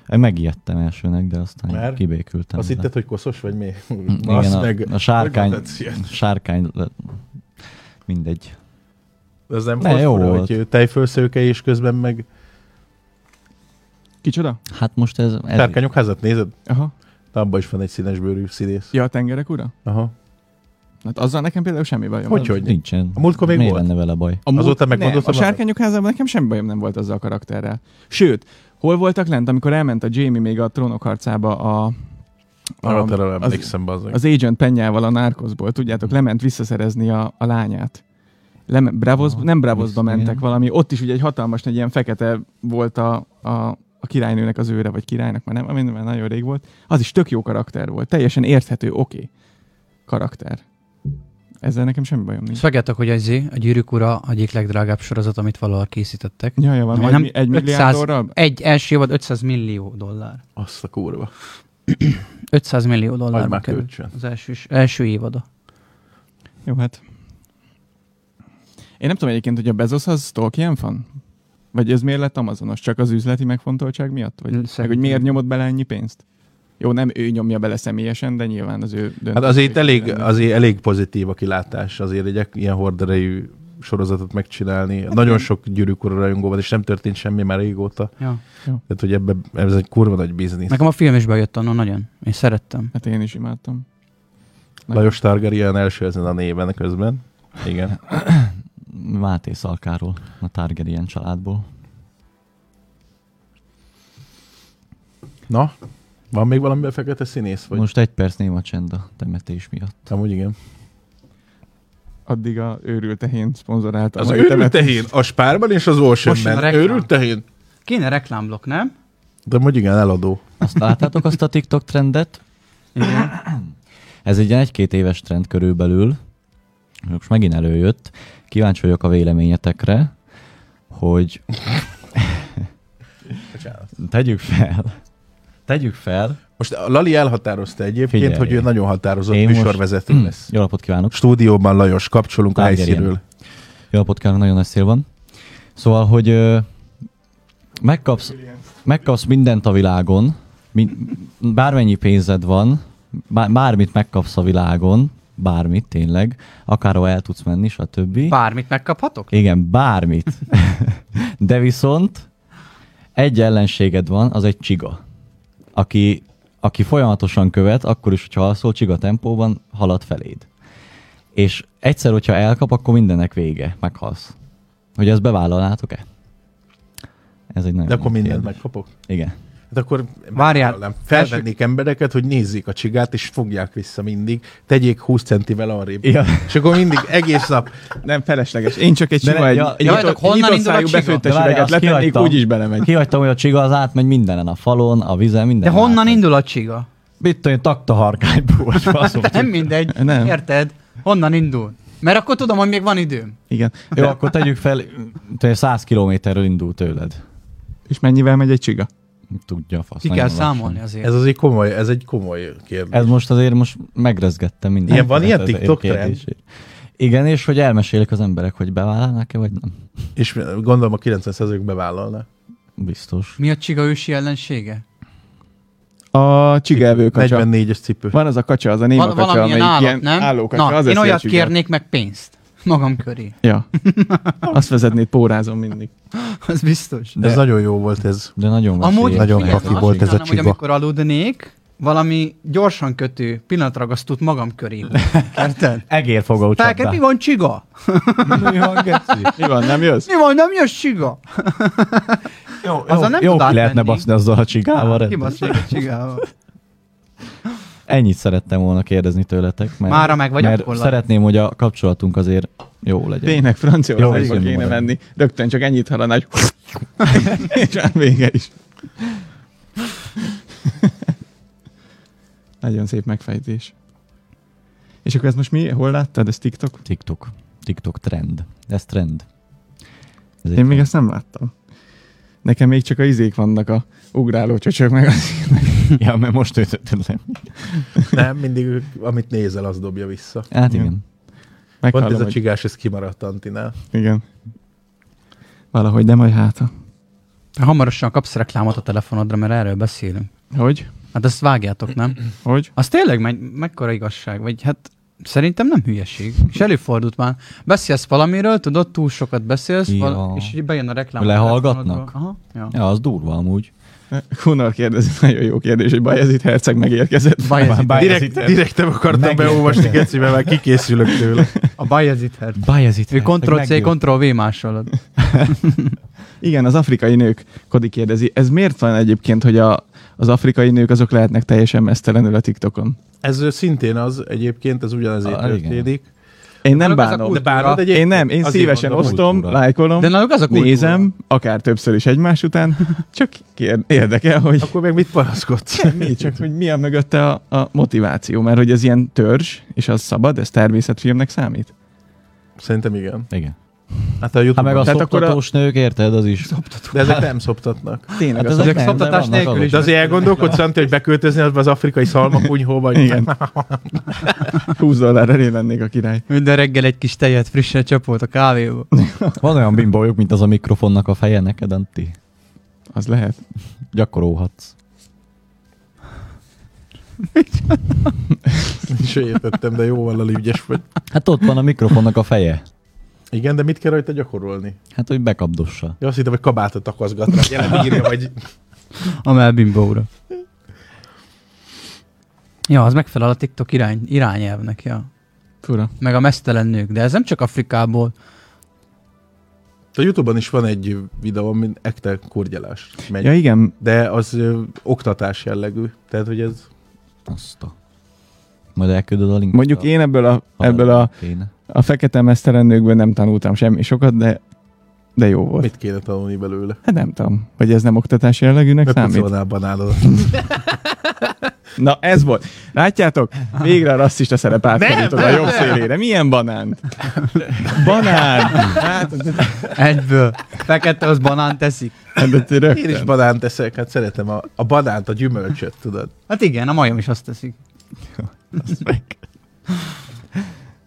[SPEAKER 2] én megijedtem elsőnek, de aztán
[SPEAKER 1] Mert?
[SPEAKER 2] kibékültem.
[SPEAKER 1] Azt
[SPEAKER 2] vele.
[SPEAKER 1] hitted, hogy koszos vagy mi?
[SPEAKER 2] Hm,
[SPEAKER 1] Azt
[SPEAKER 2] igen, a,
[SPEAKER 1] meg...
[SPEAKER 2] a sárkány,
[SPEAKER 1] Hogy tetsz ilyen?
[SPEAKER 2] sárkány, le- mindegy.
[SPEAKER 1] Ez nem
[SPEAKER 2] Ne, jó
[SPEAKER 1] fura,
[SPEAKER 2] volt.
[SPEAKER 1] hogy tejfölszőke és közben meg
[SPEAKER 3] Kicsoda?
[SPEAKER 2] Hát most ez, ez
[SPEAKER 1] sárkányok házat nézed?
[SPEAKER 3] Aha.
[SPEAKER 1] Na, Abban is van egy színes bőrű színész.
[SPEAKER 3] Ja, a tengerek ura?
[SPEAKER 1] Aha.
[SPEAKER 3] Hát azzal nekem például semmi bajom.
[SPEAKER 1] Hogy, hogy?
[SPEAKER 2] nincsen.
[SPEAKER 1] A múltkor még
[SPEAKER 2] Miért
[SPEAKER 1] volt?
[SPEAKER 2] lenne vele baj?
[SPEAKER 3] A múlt-
[SPEAKER 1] Azóta megmondott
[SPEAKER 3] nem,
[SPEAKER 1] a
[SPEAKER 3] a sárkányok házában nekem semmi bajom nem volt azzal a karakterrel. Sőt, hol voltak lent, amikor elment a Jamie még a trónok harcába a, a,
[SPEAKER 1] Arra terem
[SPEAKER 3] az-
[SPEAKER 1] emlékszem, bazzeg.
[SPEAKER 3] az Agent Pennyával a Narcosból, tudjátok, lement visszaszerezni a, a lányát. Lem, Bravos,
[SPEAKER 2] Aha,
[SPEAKER 3] nem Bravosba
[SPEAKER 2] vissza,
[SPEAKER 3] mentek
[SPEAKER 2] igen.
[SPEAKER 3] valami, ott is ugye egy hatalmas nagy ilyen fekete volt a, a, a királynőnek az őre, vagy királynak, már nem, ami már nagyon rég volt. Az is tök jó karakter volt, teljesen érthető, oké okay. karakter. Ezzel nekem semmi bajom nincs.
[SPEAKER 4] Szegedtek, hogy az a gyűrűk ura egyik legdrágább sorozat, amit valaha készítettek.
[SPEAKER 3] Ja, ja, van,
[SPEAKER 4] Na,
[SPEAKER 3] egy,
[SPEAKER 4] nem,
[SPEAKER 3] mi- egy
[SPEAKER 4] 500
[SPEAKER 3] milliárdorral?
[SPEAKER 4] Egy első évad 500 millió dollár.
[SPEAKER 1] Azt a kurva.
[SPEAKER 4] 500 millió
[SPEAKER 1] Hagyd már
[SPEAKER 4] dollár kerül.
[SPEAKER 1] kölcsön.
[SPEAKER 4] Az első, első évada.
[SPEAKER 3] Jó, hát. Én nem tudom egyébként, hogy a Bezos az Tolkien fan? Vagy ez miért lett Amazonos? Csak az üzleti megfontoltság miatt? Vagy
[SPEAKER 4] Szerintem.
[SPEAKER 3] meg, hogy miért nyomott bele ennyi pénzt? Jó, nem ő nyomja bele személyesen, de nyilván az ő döntés.
[SPEAKER 1] Hát azért elég, azért elég pozitív a kilátás, azért egy ek- ilyen horderejű sorozatot megcsinálni. Nagyon sok gyűrűkora rajongó van, és nem történt semmi már régóta.
[SPEAKER 4] Ja.
[SPEAKER 1] Tehát, hogy ebbe, ez egy kurva nagy biznisz. Meg...
[SPEAKER 4] Nekem a film is bejött annak nagyon. Én szerettem.
[SPEAKER 3] Hát én is imádtam.
[SPEAKER 1] Lajos Targaryen első ezen a néven közben. Igen.
[SPEAKER 2] Máté Szalkáról, a Targaryen családból.
[SPEAKER 1] Na, van még valami fekete színész? Vagy?
[SPEAKER 2] Vagy... Most egy perc néma csend a temetés miatt.
[SPEAKER 1] Amúgy igen.
[SPEAKER 3] Addig a őrült tehén szponzorálta.
[SPEAKER 1] Az
[SPEAKER 3] majd
[SPEAKER 1] őrült
[SPEAKER 3] temet-
[SPEAKER 1] tehén, a spárban és az
[SPEAKER 4] Most
[SPEAKER 1] Oceanben.
[SPEAKER 4] jön a reklám.
[SPEAKER 1] Őrült tehén.
[SPEAKER 4] Kéne reklámblok, nem?
[SPEAKER 1] De mondjuk igen, eladó.
[SPEAKER 2] Azt láttátok azt a TikTok trendet?
[SPEAKER 4] Igen.
[SPEAKER 2] Ez egy ilyen egy-két éves trend körülbelül. Most megint előjött. Kíváncsi vagyok a véleményetekre, hogy
[SPEAKER 1] Bocsánat.
[SPEAKER 2] tegyük fel. Tegyük fel.
[SPEAKER 1] Most a Lali elhatározta egyébként,
[SPEAKER 2] Figyelj.
[SPEAKER 1] Figyelj. hogy ő nagyon határozott
[SPEAKER 2] Én
[SPEAKER 1] Én
[SPEAKER 2] most-
[SPEAKER 1] műsorvezető
[SPEAKER 2] Mm,
[SPEAKER 1] lesz.
[SPEAKER 2] Jó napot kívánok.
[SPEAKER 1] Stúdióban Lajos, kapcsolunk a
[SPEAKER 2] Targaryen.
[SPEAKER 1] helyszínről.
[SPEAKER 2] Jó napot kívánok, nagyon nagy szél van. Szóval, hogy ö, megkapsz, megkapsz mindent a világon, min, bármennyi pénzed van, bár, bármit megkapsz a világon, bármit tényleg, akárhol el tudsz menni, stb.
[SPEAKER 4] Bármit megkaphatok?
[SPEAKER 2] Igen, bármit. De viszont egy ellenséged van, az egy csiga, aki, aki folyamatosan követ, akkor is, hogyha alszol, csiga tempóban halad feléd. És egyszer, hogyha elkap, akkor mindennek vége, meghalsz. Hogy ezt bevállalnátok-e? Ez egy nagyon
[SPEAKER 1] De akkor
[SPEAKER 2] nagy
[SPEAKER 1] mindent
[SPEAKER 2] kérdés.
[SPEAKER 1] megkapok.
[SPEAKER 2] Igen.
[SPEAKER 1] Hát akkor
[SPEAKER 4] Várjál.
[SPEAKER 1] megtalálom. felvennék embereket, hogy nézzék a csigát, és fogják vissza mindig, tegyék 20 centivel arrébb.
[SPEAKER 2] Ja.
[SPEAKER 1] És akkor mindig egész nap.
[SPEAKER 3] Nem, felesleges. Én csak egy
[SPEAKER 2] De ne-
[SPEAKER 3] sima, egy,
[SPEAKER 2] ja,
[SPEAKER 3] egy
[SPEAKER 4] ja,
[SPEAKER 3] nyitott-
[SPEAKER 4] várjátok, honnan
[SPEAKER 3] nyitott
[SPEAKER 4] indul a
[SPEAKER 3] szájú
[SPEAKER 4] csiga?
[SPEAKER 3] befőttes
[SPEAKER 2] De várjál,
[SPEAKER 3] üveget
[SPEAKER 2] azt
[SPEAKER 3] letennék,
[SPEAKER 2] kihagytam.
[SPEAKER 3] úgyis belemegy.
[SPEAKER 2] Kihagytam, hogy a csiga az átmegy mindenen, a falon, a vizen, minden.
[SPEAKER 4] De honnan indul a csiga?
[SPEAKER 2] Mit tudom én, takta harkányból, vagy faszom.
[SPEAKER 4] Nem mindegy.
[SPEAKER 3] Hát, Nem.
[SPEAKER 4] Érted? Honnan indul? Mert akkor tudom, hogy még van időm.
[SPEAKER 3] Igen.
[SPEAKER 2] Jó, akkor tegyük fel, te 100 kilométerről indul tőled.
[SPEAKER 3] És mennyivel megy egy csiga?
[SPEAKER 2] Tudja a fasz.
[SPEAKER 4] Ki
[SPEAKER 2] nagyon
[SPEAKER 4] kell
[SPEAKER 2] lassan.
[SPEAKER 4] számolni azért.
[SPEAKER 1] Ez azért komoly, ez egy komoly kérdés.
[SPEAKER 2] Ez most azért most megrezgettem mindent.
[SPEAKER 1] Ilyen van ilyen
[SPEAKER 2] Tehát ez
[SPEAKER 1] TikTok
[SPEAKER 2] egy kérdés. Igen, és hogy elmesélik az emberek, hogy bevállalnak-e, vagy nem.
[SPEAKER 1] És gondolom a 90%-ük bevállalna.
[SPEAKER 2] Biztos.
[SPEAKER 4] Mi a csiga ősi ellensége?
[SPEAKER 3] A csigaevő kacsa.
[SPEAKER 1] 44-es cipő.
[SPEAKER 3] Van az a kacsa, az a néma
[SPEAKER 4] Van,
[SPEAKER 3] kacsa,
[SPEAKER 4] valamilyen
[SPEAKER 3] amelyik
[SPEAKER 4] állat,
[SPEAKER 3] ilyen
[SPEAKER 4] nem?
[SPEAKER 3] állókacsa.
[SPEAKER 4] Na,
[SPEAKER 3] az
[SPEAKER 4] én
[SPEAKER 3] eszi a
[SPEAKER 4] olyat
[SPEAKER 3] csigát.
[SPEAKER 4] kérnék meg pénzt. Magam köré.
[SPEAKER 3] Ja. Azt vezetnéd, pórázom mindig.
[SPEAKER 4] Az biztos.
[SPEAKER 1] Ez nagyon jó volt ez.
[SPEAKER 2] De nagyon
[SPEAKER 4] Amúgy
[SPEAKER 2] veszélyes.
[SPEAKER 1] Nagyon
[SPEAKER 4] figyelj,
[SPEAKER 1] profi
[SPEAKER 4] azt
[SPEAKER 1] volt ez a
[SPEAKER 4] csinálnám, hogy
[SPEAKER 1] csiga.
[SPEAKER 4] amikor aludnék, valami gyorsan kötő pillanatragasztót magam köré. Érted?
[SPEAKER 2] Egérfogó
[SPEAKER 4] Felked, mi
[SPEAKER 2] csapdá.
[SPEAKER 4] van csiga?
[SPEAKER 3] Mi van, nem jössz?
[SPEAKER 4] Mi van, nem jössz csiga?
[SPEAKER 2] Jó,
[SPEAKER 4] Azzal nem
[SPEAKER 2] jó
[SPEAKER 4] tud
[SPEAKER 2] ki lehetne
[SPEAKER 4] átmenni.
[SPEAKER 2] baszni azzal a csigával. rendben.
[SPEAKER 4] Hát, Kibasz a csigával.
[SPEAKER 2] Ennyit szerettem volna kérdezni tőletek. Mert,
[SPEAKER 4] Mára meg vagy
[SPEAKER 2] mert
[SPEAKER 4] akkor lett.
[SPEAKER 2] szeretném, hogy a kapcsolatunk azért jó legyen.
[SPEAKER 3] Tényleg
[SPEAKER 2] Jó,
[SPEAKER 3] Franciaországba
[SPEAKER 2] igen,
[SPEAKER 3] kéne
[SPEAKER 2] maradj.
[SPEAKER 3] menni. Rögtön csak ennyit hallana, hogy és már vége is. Nagyon szép megfejtés. És akkor ez most mi? Hol láttad? Ez TikTok?
[SPEAKER 2] TikTok. TikTok trend. Ez trend. Ez egy
[SPEAKER 3] Én még ezt nem láttam. Nekem még csak a izék vannak, a ugráló csöcsök meg az
[SPEAKER 2] trend. Ja, mert most ütött le.
[SPEAKER 1] Nem, mindig ők- amit nézel, az dobja vissza.
[SPEAKER 2] Hát igen.
[SPEAKER 3] Igen.
[SPEAKER 1] Pont
[SPEAKER 3] Meghallom,
[SPEAKER 1] ez a
[SPEAKER 3] hogy...
[SPEAKER 1] csigás, ez kimaradt Antinál.
[SPEAKER 3] Igen. Valahogy, de majd hát.
[SPEAKER 4] Hamarosan kapsz reklámot a telefonodra, mert erről beszélünk.
[SPEAKER 3] Hogy?
[SPEAKER 4] Hát ezt vágjátok, nem?
[SPEAKER 3] Hogy?
[SPEAKER 4] Az tényleg me- mekkora igazság, vagy hát szerintem nem hülyeség. És előfordult már. Beszélsz valamiről, tudod, túl sokat beszélsz,
[SPEAKER 2] Ja.
[SPEAKER 4] val- és így bejön a reklám.
[SPEAKER 2] Lehallgatnak?
[SPEAKER 4] a telefonodba. Aha, ja.
[SPEAKER 2] Ja, az durva amúgy.
[SPEAKER 3] Hunnar kérdezi, nagyon jó kérdés, hogy Bajezid herceg megérkezett.
[SPEAKER 4] Bajezid.
[SPEAKER 1] Direkt, direkt nem akartam
[SPEAKER 2] Megérte.
[SPEAKER 1] beolvasni, Geci, mert már kikészülök tőle.
[SPEAKER 4] A Bajezither.
[SPEAKER 2] Bajezit.
[SPEAKER 4] Ő Ctrl-C, Ctrl-V másolod.
[SPEAKER 3] Igen, az afrikai nők, Kodi kérdezi, ez miért van egyébként, hogy a, az afrikai nők azok lehetnek teljesen mesztelenül a TikTokon?
[SPEAKER 1] Ez ö, szintén az egyébként, ez ugyanezért
[SPEAKER 2] Ah, igen.
[SPEAKER 1] történik.
[SPEAKER 3] Én nem
[SPEAKER 4] Náluk az a
[SPEAKER 3] bánom.
[SPEAKER 4] kultúra.
[SPEAKER 1] bánod egyébként?
[SPEAKER 3] Én nem, én
[SPEAKER 1] hát Azért
[SPEAKER 3] szívesen
[SPEAKER 1] mondom,
[SPEAKER 3] osztom,
[SPEAKER 2] kultúra.
[SPEAKER 3] lájkolom,
[SPEAKER 4] De náluk az a kultúra.
[SPEAKER 3] nézem, akár többször is egymás után, csak kér, érdekel, hogy
[SPEAKER 1] Akkor meg mit panaszkodsz?
[SPEAKER 3] mi, csak hogy mi a mögötte a, a motiváció, mert hogy ez ilyen törzs, és az szabad, ez természetfilmnek számít?
[SPEAKER 1] Szerintem igen.
[SPEAKER 2] Igen.
[SPEAKER 1] Hát a
[SPEAKER 2] Hát
[SPEAKER 1] YouTube.
[SPEAKER 2] meg a
[SPEAKER 3] Tehát akkor a-
[SPEAKER 2] szoptatós nők, érted, az is.
[SPEAKER 1] De ezek nem szoptatnak.
[SPEAKER 3] Tényleg,
[SPEAKER 2] Hát
[SPEAKER 3] az,
[SPEAKER 2] ezek
[SPEAKER 4] ezek
[SPEAKER 2] nem, de
[SPEAKER 4] szoptatás
[SPEAKER 2] vannak
[SPEAKER 4] nélkül is
[SPEAKER 1] De
[SPEAKER 2] azok.
[SPEAKER 1] azért elgondolkodsz, Antti, hogy beköltözni az, az afrikai szalmakunyhóba? hogy-
[SPEAKER 3] Igen. 20 dollár elé lennék a király.
[SPEAKER 4] Minden reggel egy kis tejet frissen csapolt a kávéba.
[SPEAKER 2] Van olyan bimbójuk, mint az a mikrofonnak a feje neked, Antti.
[SPEAKER 3] Az lehet.
[SPEAKER 2] Gyakorolhatsz.
[SPEAKER 1] Se értettem, de jó vallali ügyes vagy.
[SPEAKER 2] Hát ott van a mikrofonnak a feje.
[SPEAKER 1] Igen, de mit kell rajta gyakorolni?
[SPEAKER 2] Hát, hogy bekapdossa.
[SPEAKER 1] Ja, azt hittem, hogy kabátot akaszgatnak, gyere, írja, vagy...
[SPEAKER 4] A melbimbóra. Ja, az megfelel a TikTok irány, irányelvnek, ja.
[SPEAKER 3] Fura.
[SPEAKER 4] Meg a mesztelen nők, de ez nem csak Afrikából.
[SPEAKER 1] A Youtube-on is van egy videó, amin ekte kurgyalás megy.
[SPEAKER 3] Ja igen,
[SPEAKER 1] De az ö, oktatás jellegű. Tehát, hogy ez...
[SPEAKER 2] Azt a... Majd elküldöd a linkot.
[SPEAKER 3] mondjuk
[SPEAKER 2] a-
[SPEAKER 3] én ebből a,
[SPEAKER 2] ha
[SPEAKER 3] ebből a,
[SPEAKER 2] kéne.
[SPEAKER 3] a fekete mesztelen nőkből nem tanultam semmi sokat, de, de jó volt.
[SPEAKER 1] Mit kéne tanulni belőle?
[SPEAKER 3] Hát nem tudom, hogy ez nem oktatás jellegűnek számít.
[SPEAKER 1] Bepucolnál banálodat.
[SPEAKER 3] Na ez volt. Látjátok? Végre a rasszista szerep átkerültad a jobb szélére. Milyen banánt? Banán! Hát,
[SPEAKER 4] Egyből. Fekete az banán teszik.
[SPEAKER 3] hát
[SPEAKER 1] Én is
[SPEAKER 3] rögtön.
[SPEAKER 1] banánt eszek, hát szeretem a, a banánt, a gyümölcsöt, tudod.
[SPEAKER 4] Hát igen, a majom is azt teszik.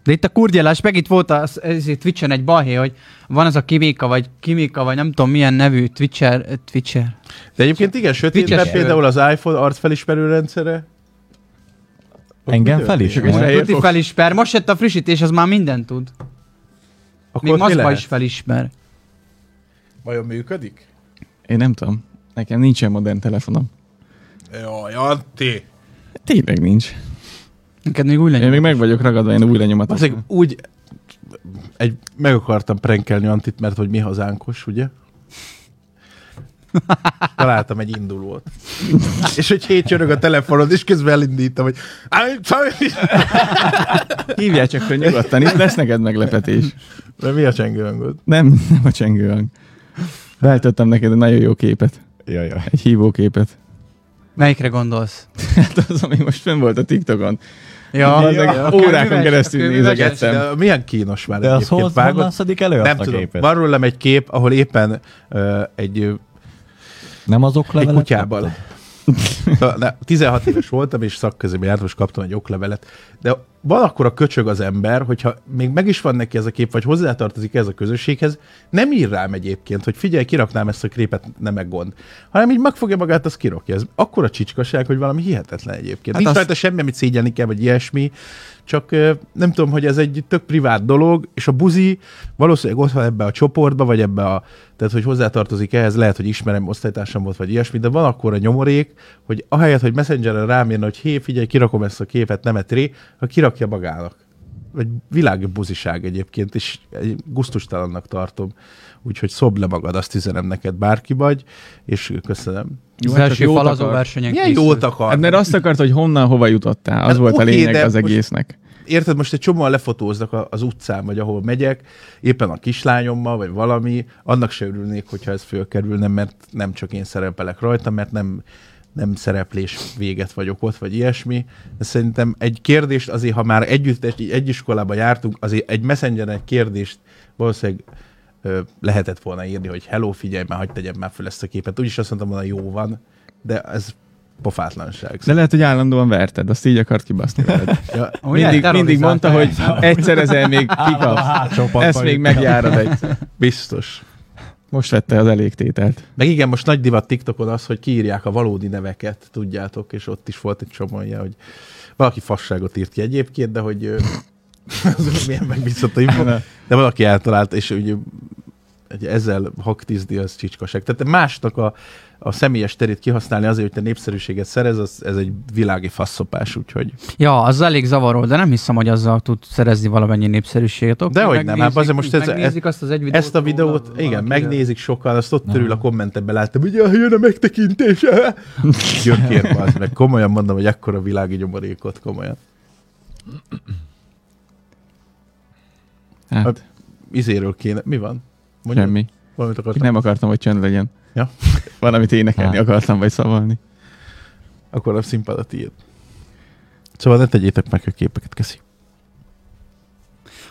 [SPEAKER 4] De itt a kurgyelás, meg itt volt az, ez itt Twitchen egy balhé, hogy van ez a Kimika, vagy Kimika, vagy nem tudom milyen nevű Twitcher, eh, Twitcher.
[SPEAKER 1] De egyébként igen, sötétben
[SPEAKER 4] Vicces.
[SPEAKER 1] például az iPhone arcfelismerő rendszere. Ott
[SPEAKER 2] Engem
[SPEAKER 1] mi történik?
[SPEAKER 2] felismer?
[SPEAKER 1] Akkor
[SPEAKER 3] Fehér
[SPEAKER 4] Tuti
[SPEAKER 3] fog.
[SPEAKER 4] felismer, most jött a frissítés, az már mindent tud.
[SPEAKER 1] ott
[SPEAKER 4] Még
[SPEAKER 1] mi
[SPEAKER 4] maszkba
[SPEAKER 1] lehet?
[SPEAKER 4] is felismer.
[SPEAKER 1] Vajon működik?
[SPEAKER 3] Én nem tudom. Nekem nincsen modern telefonom.
[SPEAKER 1] Jaj, Antti!
[SPEAKER 3] Tényleg nincs.
[SPEAKER 4] Neked még úgy
[SPEAKER 3] Én
[SPEAKER 4] legyen.
[SPEAKER 3] még meg vagyok ragadva, én új lenyomat.
[SPEAKER 1] Azért úgy egy, meg akartam prenkelni Antit, mert hogy mi hazánkos, ugye? Találtam egy indulót. és hogy hétjörög a telefonod, és közben elindítom, hogy I'm sorry!
[SPEAKER 3] Hívjál csak, hogy nyugodtan, itt lesz neked meglepetés.
[SPEAKER 1] De mi a csengő hangod?
[SPEAKER 3] Nem, nem a csengő hang. Beállítottam neked egy nagyon jó képet.
[SPEAKER 2] Jaj, jaj.
[SPEAKER 3] Egy hívóképet.
[SPEAKER 4] Melyikre gondolsz?
[SPEAKER 3] Hát az, ami most fenn volt a TikTokon.
[SPEAKER 4] Ja,
[SPEAKER 3] Bazzeg,
[SPEAKER 4] a
[SPEAKER 3] órákon
[SPEAKER 4] kőműves,
[SPEAKER 3] keresztül
[SPEAKER 4] a kőműves.
[SPEAKER 3] nézegettem.
[SPEAKER 1] Geci, de milyen kínos már
[SPEAKER 2] De az
[SPEAKER 1] egyébként
[SPEAKER 2] hol
[SPEAKER 1] vágod.
[SPEAKER 2] honnan szedik elő
[SPEAKER 1] Nem
[SPEAKER 2] azt a
[SPEAKER 1] tudom,
[SPEAKER 2] képet?
[SPEAKER 1] van rólam egy kép, ahol éppen uh, egy, ö,
[SPEAKER 2] Nem az oklevelet?
[SPEAKER 1] egy kutyával.
[SPEAKER 2] kaptad?
[SPEAKER 1] Na, na, 16 éves voltam, és szakközébe jártam, és kaptam egy oklevelet. De van akkor a köcsög az ember, hogyha még meg is van neki ez a kép, vagy hozzátartozik ez a közösséghez, nem ír rám egyébként, hogy figyelj, kiraknám ezt a képet, nem meg gond. Hanem így megfogja magát, az kirakja. Ez akkora csicskaság, hogy valami hihetetlen egyébként. Hát
[SPEAKER 4] Hát
[SPEAKER 1] Nincs
[SPEAKER 4] az-
[SPEAKER 1] rajta semmi, amit szégyelni kell, vagy ilyesmi. Csak ö, nem tudom, hogy ez egy tök privát dolog, és a buzi valószínűleg ott van ebbe a csoportba, vagy ebbe a, tehát hogy hozzátartozik ehhez, lehet, hogy ismerem, osztálytársam volt, vagy ilyesmi, de van akkor a nyomorék, hogy ahelyett, hogy messengeren rám írna, hogy hé, figyelj, kirakom ezt a képet, nem etré, ha kirakja magának. Vagy világi buziság egyébként, és egy gusztustalannak tartom. Úgyhogy szobd le magad, azt üzenem neked, bárki vagy, és köszönöm.
[SPEAKER 4] Az
[SPEAKER 3] hát csak
[SPEAKER 4] első
[SPEAKER 3] jót
[SPEAKER 4] falazó
[SPEAKER 3] akar.
[SPEAKER 4] versenyen
[SPEAKER 1] Milyen
[SPEAKER 4] készült.
[SPEAKER 1] jót akar?
[SPEAKER 3] Hát mert azt akart, hogy honnan, hova jutottál. Az
[SPEAKER 1] Hát
[SPEAKER 3] volt a
[SPEAKER 1] oké,
[SPEAKER 3] lényeg
[SPEAKER 1] de
[SPEAKER 3] az
[SPEAKER 1] most-
[SPEAKER 3] egésznek.
[SPEAKER 1] Érted, most egy csomóan lefotóznak a- az utcán, vagy ahol megyek, éppen a kislányommal, vagy valami, annak se örülnék, hogyha ez fölkerülne, mert nem csak én szerepelek rajta, mert nem nem szereplés véget vagyok ott, vagy ilyesmi. De szerintem egy kérdést azért, ha már együtt egy, egy iskolába jártunk, azért egy messengeren egy kérdést valószínűleg ö, lehetett volna írni, hogy hello, figyelj már, hagyd tegyem már föl ezt a képet. Úgyis azt mondtam volna, jó van, de ez pofátlanság.
[SPEAKER 3] De lehet, hogy állandóan verted, azt így akart kibaszni veled.
[SPEAKER 1] Ja,
[SPEAKER 3] Mindig, mindig mondta, hogy egyszer ezzel még kikapsz.
[SPEAKER 1] hátsó
[SPEAKER 3] Ezt még megjárod egyszer.
[SPEAKER 1] Biztos.
[SPEAKER 3] Most vette az elégtételt.
[SPEAKER 1] Meg igen, most nagy divat TikTokon az, hogy kiírják a valódi neveket, tudjátok, és ott is volt egy csomó ilyen, hogy valaki fasságot írt ki egyébként, de hogy ö, az milyen megbízható info, de valaki eltalált, és ugye egy ezzel haktizni az csicskaság. Tehát másnak a, a személyes terét kihasználni azért, hogy te népszerűséget szerez, az, ez egy világi faszopás, úgyhogy.
[SPEAKER 4] Ja, az elég zavaró, de nem hiszem, hogy azzal tud szerezni valamennyi népszerűséget. Oké,
[SPEAKER 1] Dehogy nem, hát
[SPEAKER 4] megnézik-
[SPEAKER 1] azért most ez-
[SPEAKER 4] megnézik azt az egy videót,
[SPEAKER 1] Ezt a videót,
[SPEAKER 4] ahol
[SPEAKER 1] igen,
[SPEAKER 4] valakiről-
[SPEAKER 1] megnézik sokan, azt ott örül a kommentekben láttam, hogy "Ah, jön a megtekintés, ah!" gyökér az meg. Komolyan mondom, hogy ekkora világi nyomorékot, komolyan.
[SPEAKER 3] Hát,
[SPEAKER 1] Izéről kéne, mi van? Mondjuk,
[SPEAKER 3] semmi.
[SPEAKER 1] Valamit akartam.
[SPEAKER 3] Nem akartam, hogy csönd legyen.
[SPEAKER 1] Ja.
[SPEAKER 3] Valamit énekelni
[SPEAKER 2] Hát.
[SPEAKER 3] akartam, vagy szavalni.
[SPEAKER 1] Akkor a színpad a tiéd. Szóval ne tegyétek meg a képeket, köszi.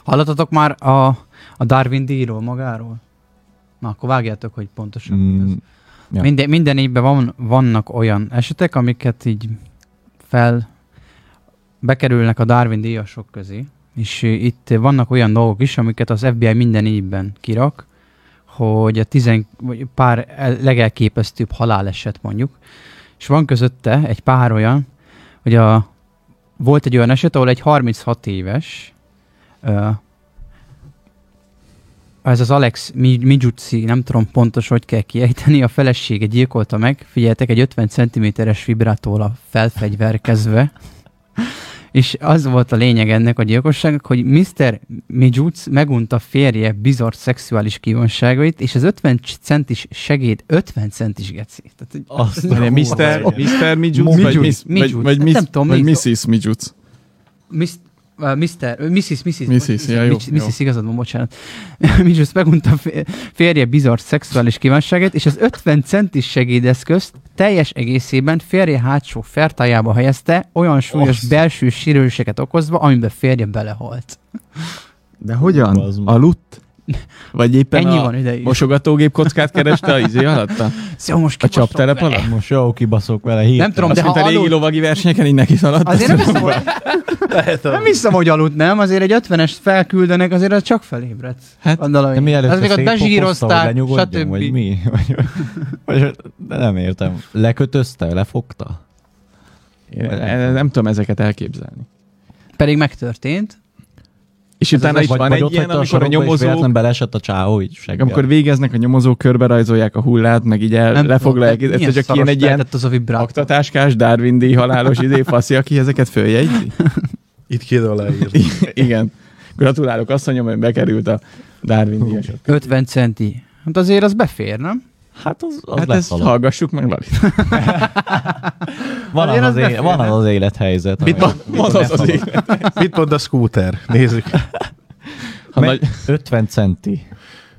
[SPEAKER 4] Hallottatok már a, a Darwin díjról magáról? Na, akkor vágjátok, hogy pontosan. Mm,
[SPEAKER 2] Mm, ja.
[SPEAKER 4] minden, minden évben van, vannak olyan esetek, amiket így fel bekerülnek a Darwin díjasok közé, és eh, itt vannak olyan dolgok is, amiket az FBI minden évben kirak, hogy a tizen, vagy pár el- legelképesztőbb haláleset mondjuk, és van közötte egy pár olyan, hogy a, volt egy olyan eset, ahol egy 36 éves ö, ez az Alex Mi- Mijutsi, nem tudom pontos, hogy kell kiejteni, a felesége gyilkolta meg, figyeltek, egy 50 cm-es vibrátóra felfegyverkezve, és az volt a lényeg ennek a gyilkosságnak, hogy Mr. Mijuts megunta férje bizarr szexuális kívánságait, és az 50 centis segéd 50 centis geci. Tehát, hogy
[SPEAKER 2] Azt
[SPEAKER 3] Várjál,
[SPEAKER 2] a
[SPEAKER 3] Mr. Mr. Mijutz,
[SPEAKER 4] Mijutz,
[SPEAKER 3] vagy, Miss- vagy,
[SPEAKER 4] Mijutz.
[SPEAKER 3] vagy,
[SPEAKER 4] Nem
[SPEAKER 3] Miss-
[SPEAKER 4] tudom,
[SPEAKER 3] vagy
[SPEAKER 4] Mijutz.
[SPEAKER 3] Mrs. Mijutz.
[SPEAKER 4] Mis- uh, Mr. ö, Mrs. Mrs.
[SPEAKER 3] Mrs., ja, jó, jó.
[SPEAKER 4] Mrs. igazad van, bocsánat. Mrs. megunta fé- férje bizarr szexuális kívánságát, és az 50 centis segédeszközt teljes egészében férje hátsó fertájába helyezte, olyan súlyos
[SPEAKER 2] Azt.
[SPEAKER 4] belső sérüléseket okozva, amiben férje belehalt.
[SPEAKER 3] De hogyan?
[SPEAKER 2] Bazd meg.
[SPEAKER 3] Aludt? Vagy éppen
[SPEAKER 4] Ennyi
[SPEAKER 3] a
[SPEAKER 4] van ideig. Most,
[SPEAKER 3] mosogatógép kockát kereste a izé alatta?
[SPEAKER 4] szóval most
[SPEAKER 3] A
[SPEAKER 4] kipasszol
[SPEAKER 3] csaptelep
[SPEAKER 4] vele.
[SPEAKER 3] alatt?
[SPEAKER 2] Most jó kibaszok vele hírt.
[SPEAKER 4] Nem tudom,
[SPEAKER 3] Azt,
[SPEAKER 4] de ha
[SPEAKER 3] mint a régi
[SPEAKER 4] alud...
[SPEAKER 3] lovagi versenyeken így neki szaladt.
[SPEAKER 4] Azért nem
[SPEAKER 3] azt-
[SPEAKER 4] hiszem, hogy,
[SPEAKER 1] Lehet a...
[SPEAKER 4] nem hiszem, hogy aludt, nem? Azért egy 50-est felküldenek, azért az csak felébredt.
[SPEAKER 3] Hát,
[SPEAKER 4] Gondolom,
[SPEAKER 2] De mi előtt
[SPEAKER 4] az még ott bezsírozták,
[SPEAKER 2] stb.
[SPEAKER 4] stb.
[SPEAKER 2] Vagy mi? Vagy, vagy, de nem értem. Lekötözte? Lefogta?
[SPEAKER 3] Én e- nem tudom ezeket elképzelni.
[SPEAKER 4] Pedig megtörtént.
[SPEAKER 3] És utána
[SPEAKER 2] Ez
[SPEAKER 3] is
[SPEAKER 2] vagy-
[SPEAKER 3] van
[SPEAKER 2] vagy
[SPEAKER 3] egy
[SPEAKER 2] ott
[SPEAKER 3] ilyen,
[SPEAKER 2] hagyta
[SPEAKER 3] amikor a
[SPEAKER 2] sarokba, és
[SPEAKER 3] nyomozók
[SPEAKER 2] véletlen beleesett a csáó, így seggel.
[SPEAKER 3] Amikor végeznek a nyomozók, körbe rajzolják a hullát, meg így el, lefoglalják,
[SPEAKER 4] tudom,
[SPEAKER 3] egyszer
[SPEAKER 4] milyen
[SPEAKER 3] csak ilyen
[SPEAKER 4] szaros
[SPEAKER 3] egy ilyen
[SPEAKER 4] lehetett az a vibrátó.
[SPEAKER 3] aktatáskás, Darwin díj halálos izé faszi, aki ezeket följegyzi.
[SPEAKER 1] Itt kéne aláírni.
[SPEAKER 3] I- Igen. Gratulálok asszonyom, hogy bekerült a Darwin díjasok.
[SPEAKER 4] 50 centi. Hát azért az befér, nem?
[SPEAKER 2] Hát az, az
[SPEAKER 3] Hát
[SPEAKER 2] lesz
[SPEAKER 3] ezt
[SPEAKER 2] valami.
[SPEAKER 3] hallgassuk meg, Lali.
[SPEAKER 2] Van
[SPEAKER 4] Azért
[SPEAKER 2] az, az,
[SPEAKER 4] az
[SPEAKER 2] é-
[SPEAKER 4] befér,
[SPEAKER 2] van az
[SPEAKER 4] nem?
[SPEAKER 2] az élethelyzet. Mit
[SPEAKER 3] Az az az ég.
[SPEAKER 1] Mit mond a scooter? Nézzük.
[SPEAKER 3] Ha nagy...
[SPEAKER 2] 50 centi.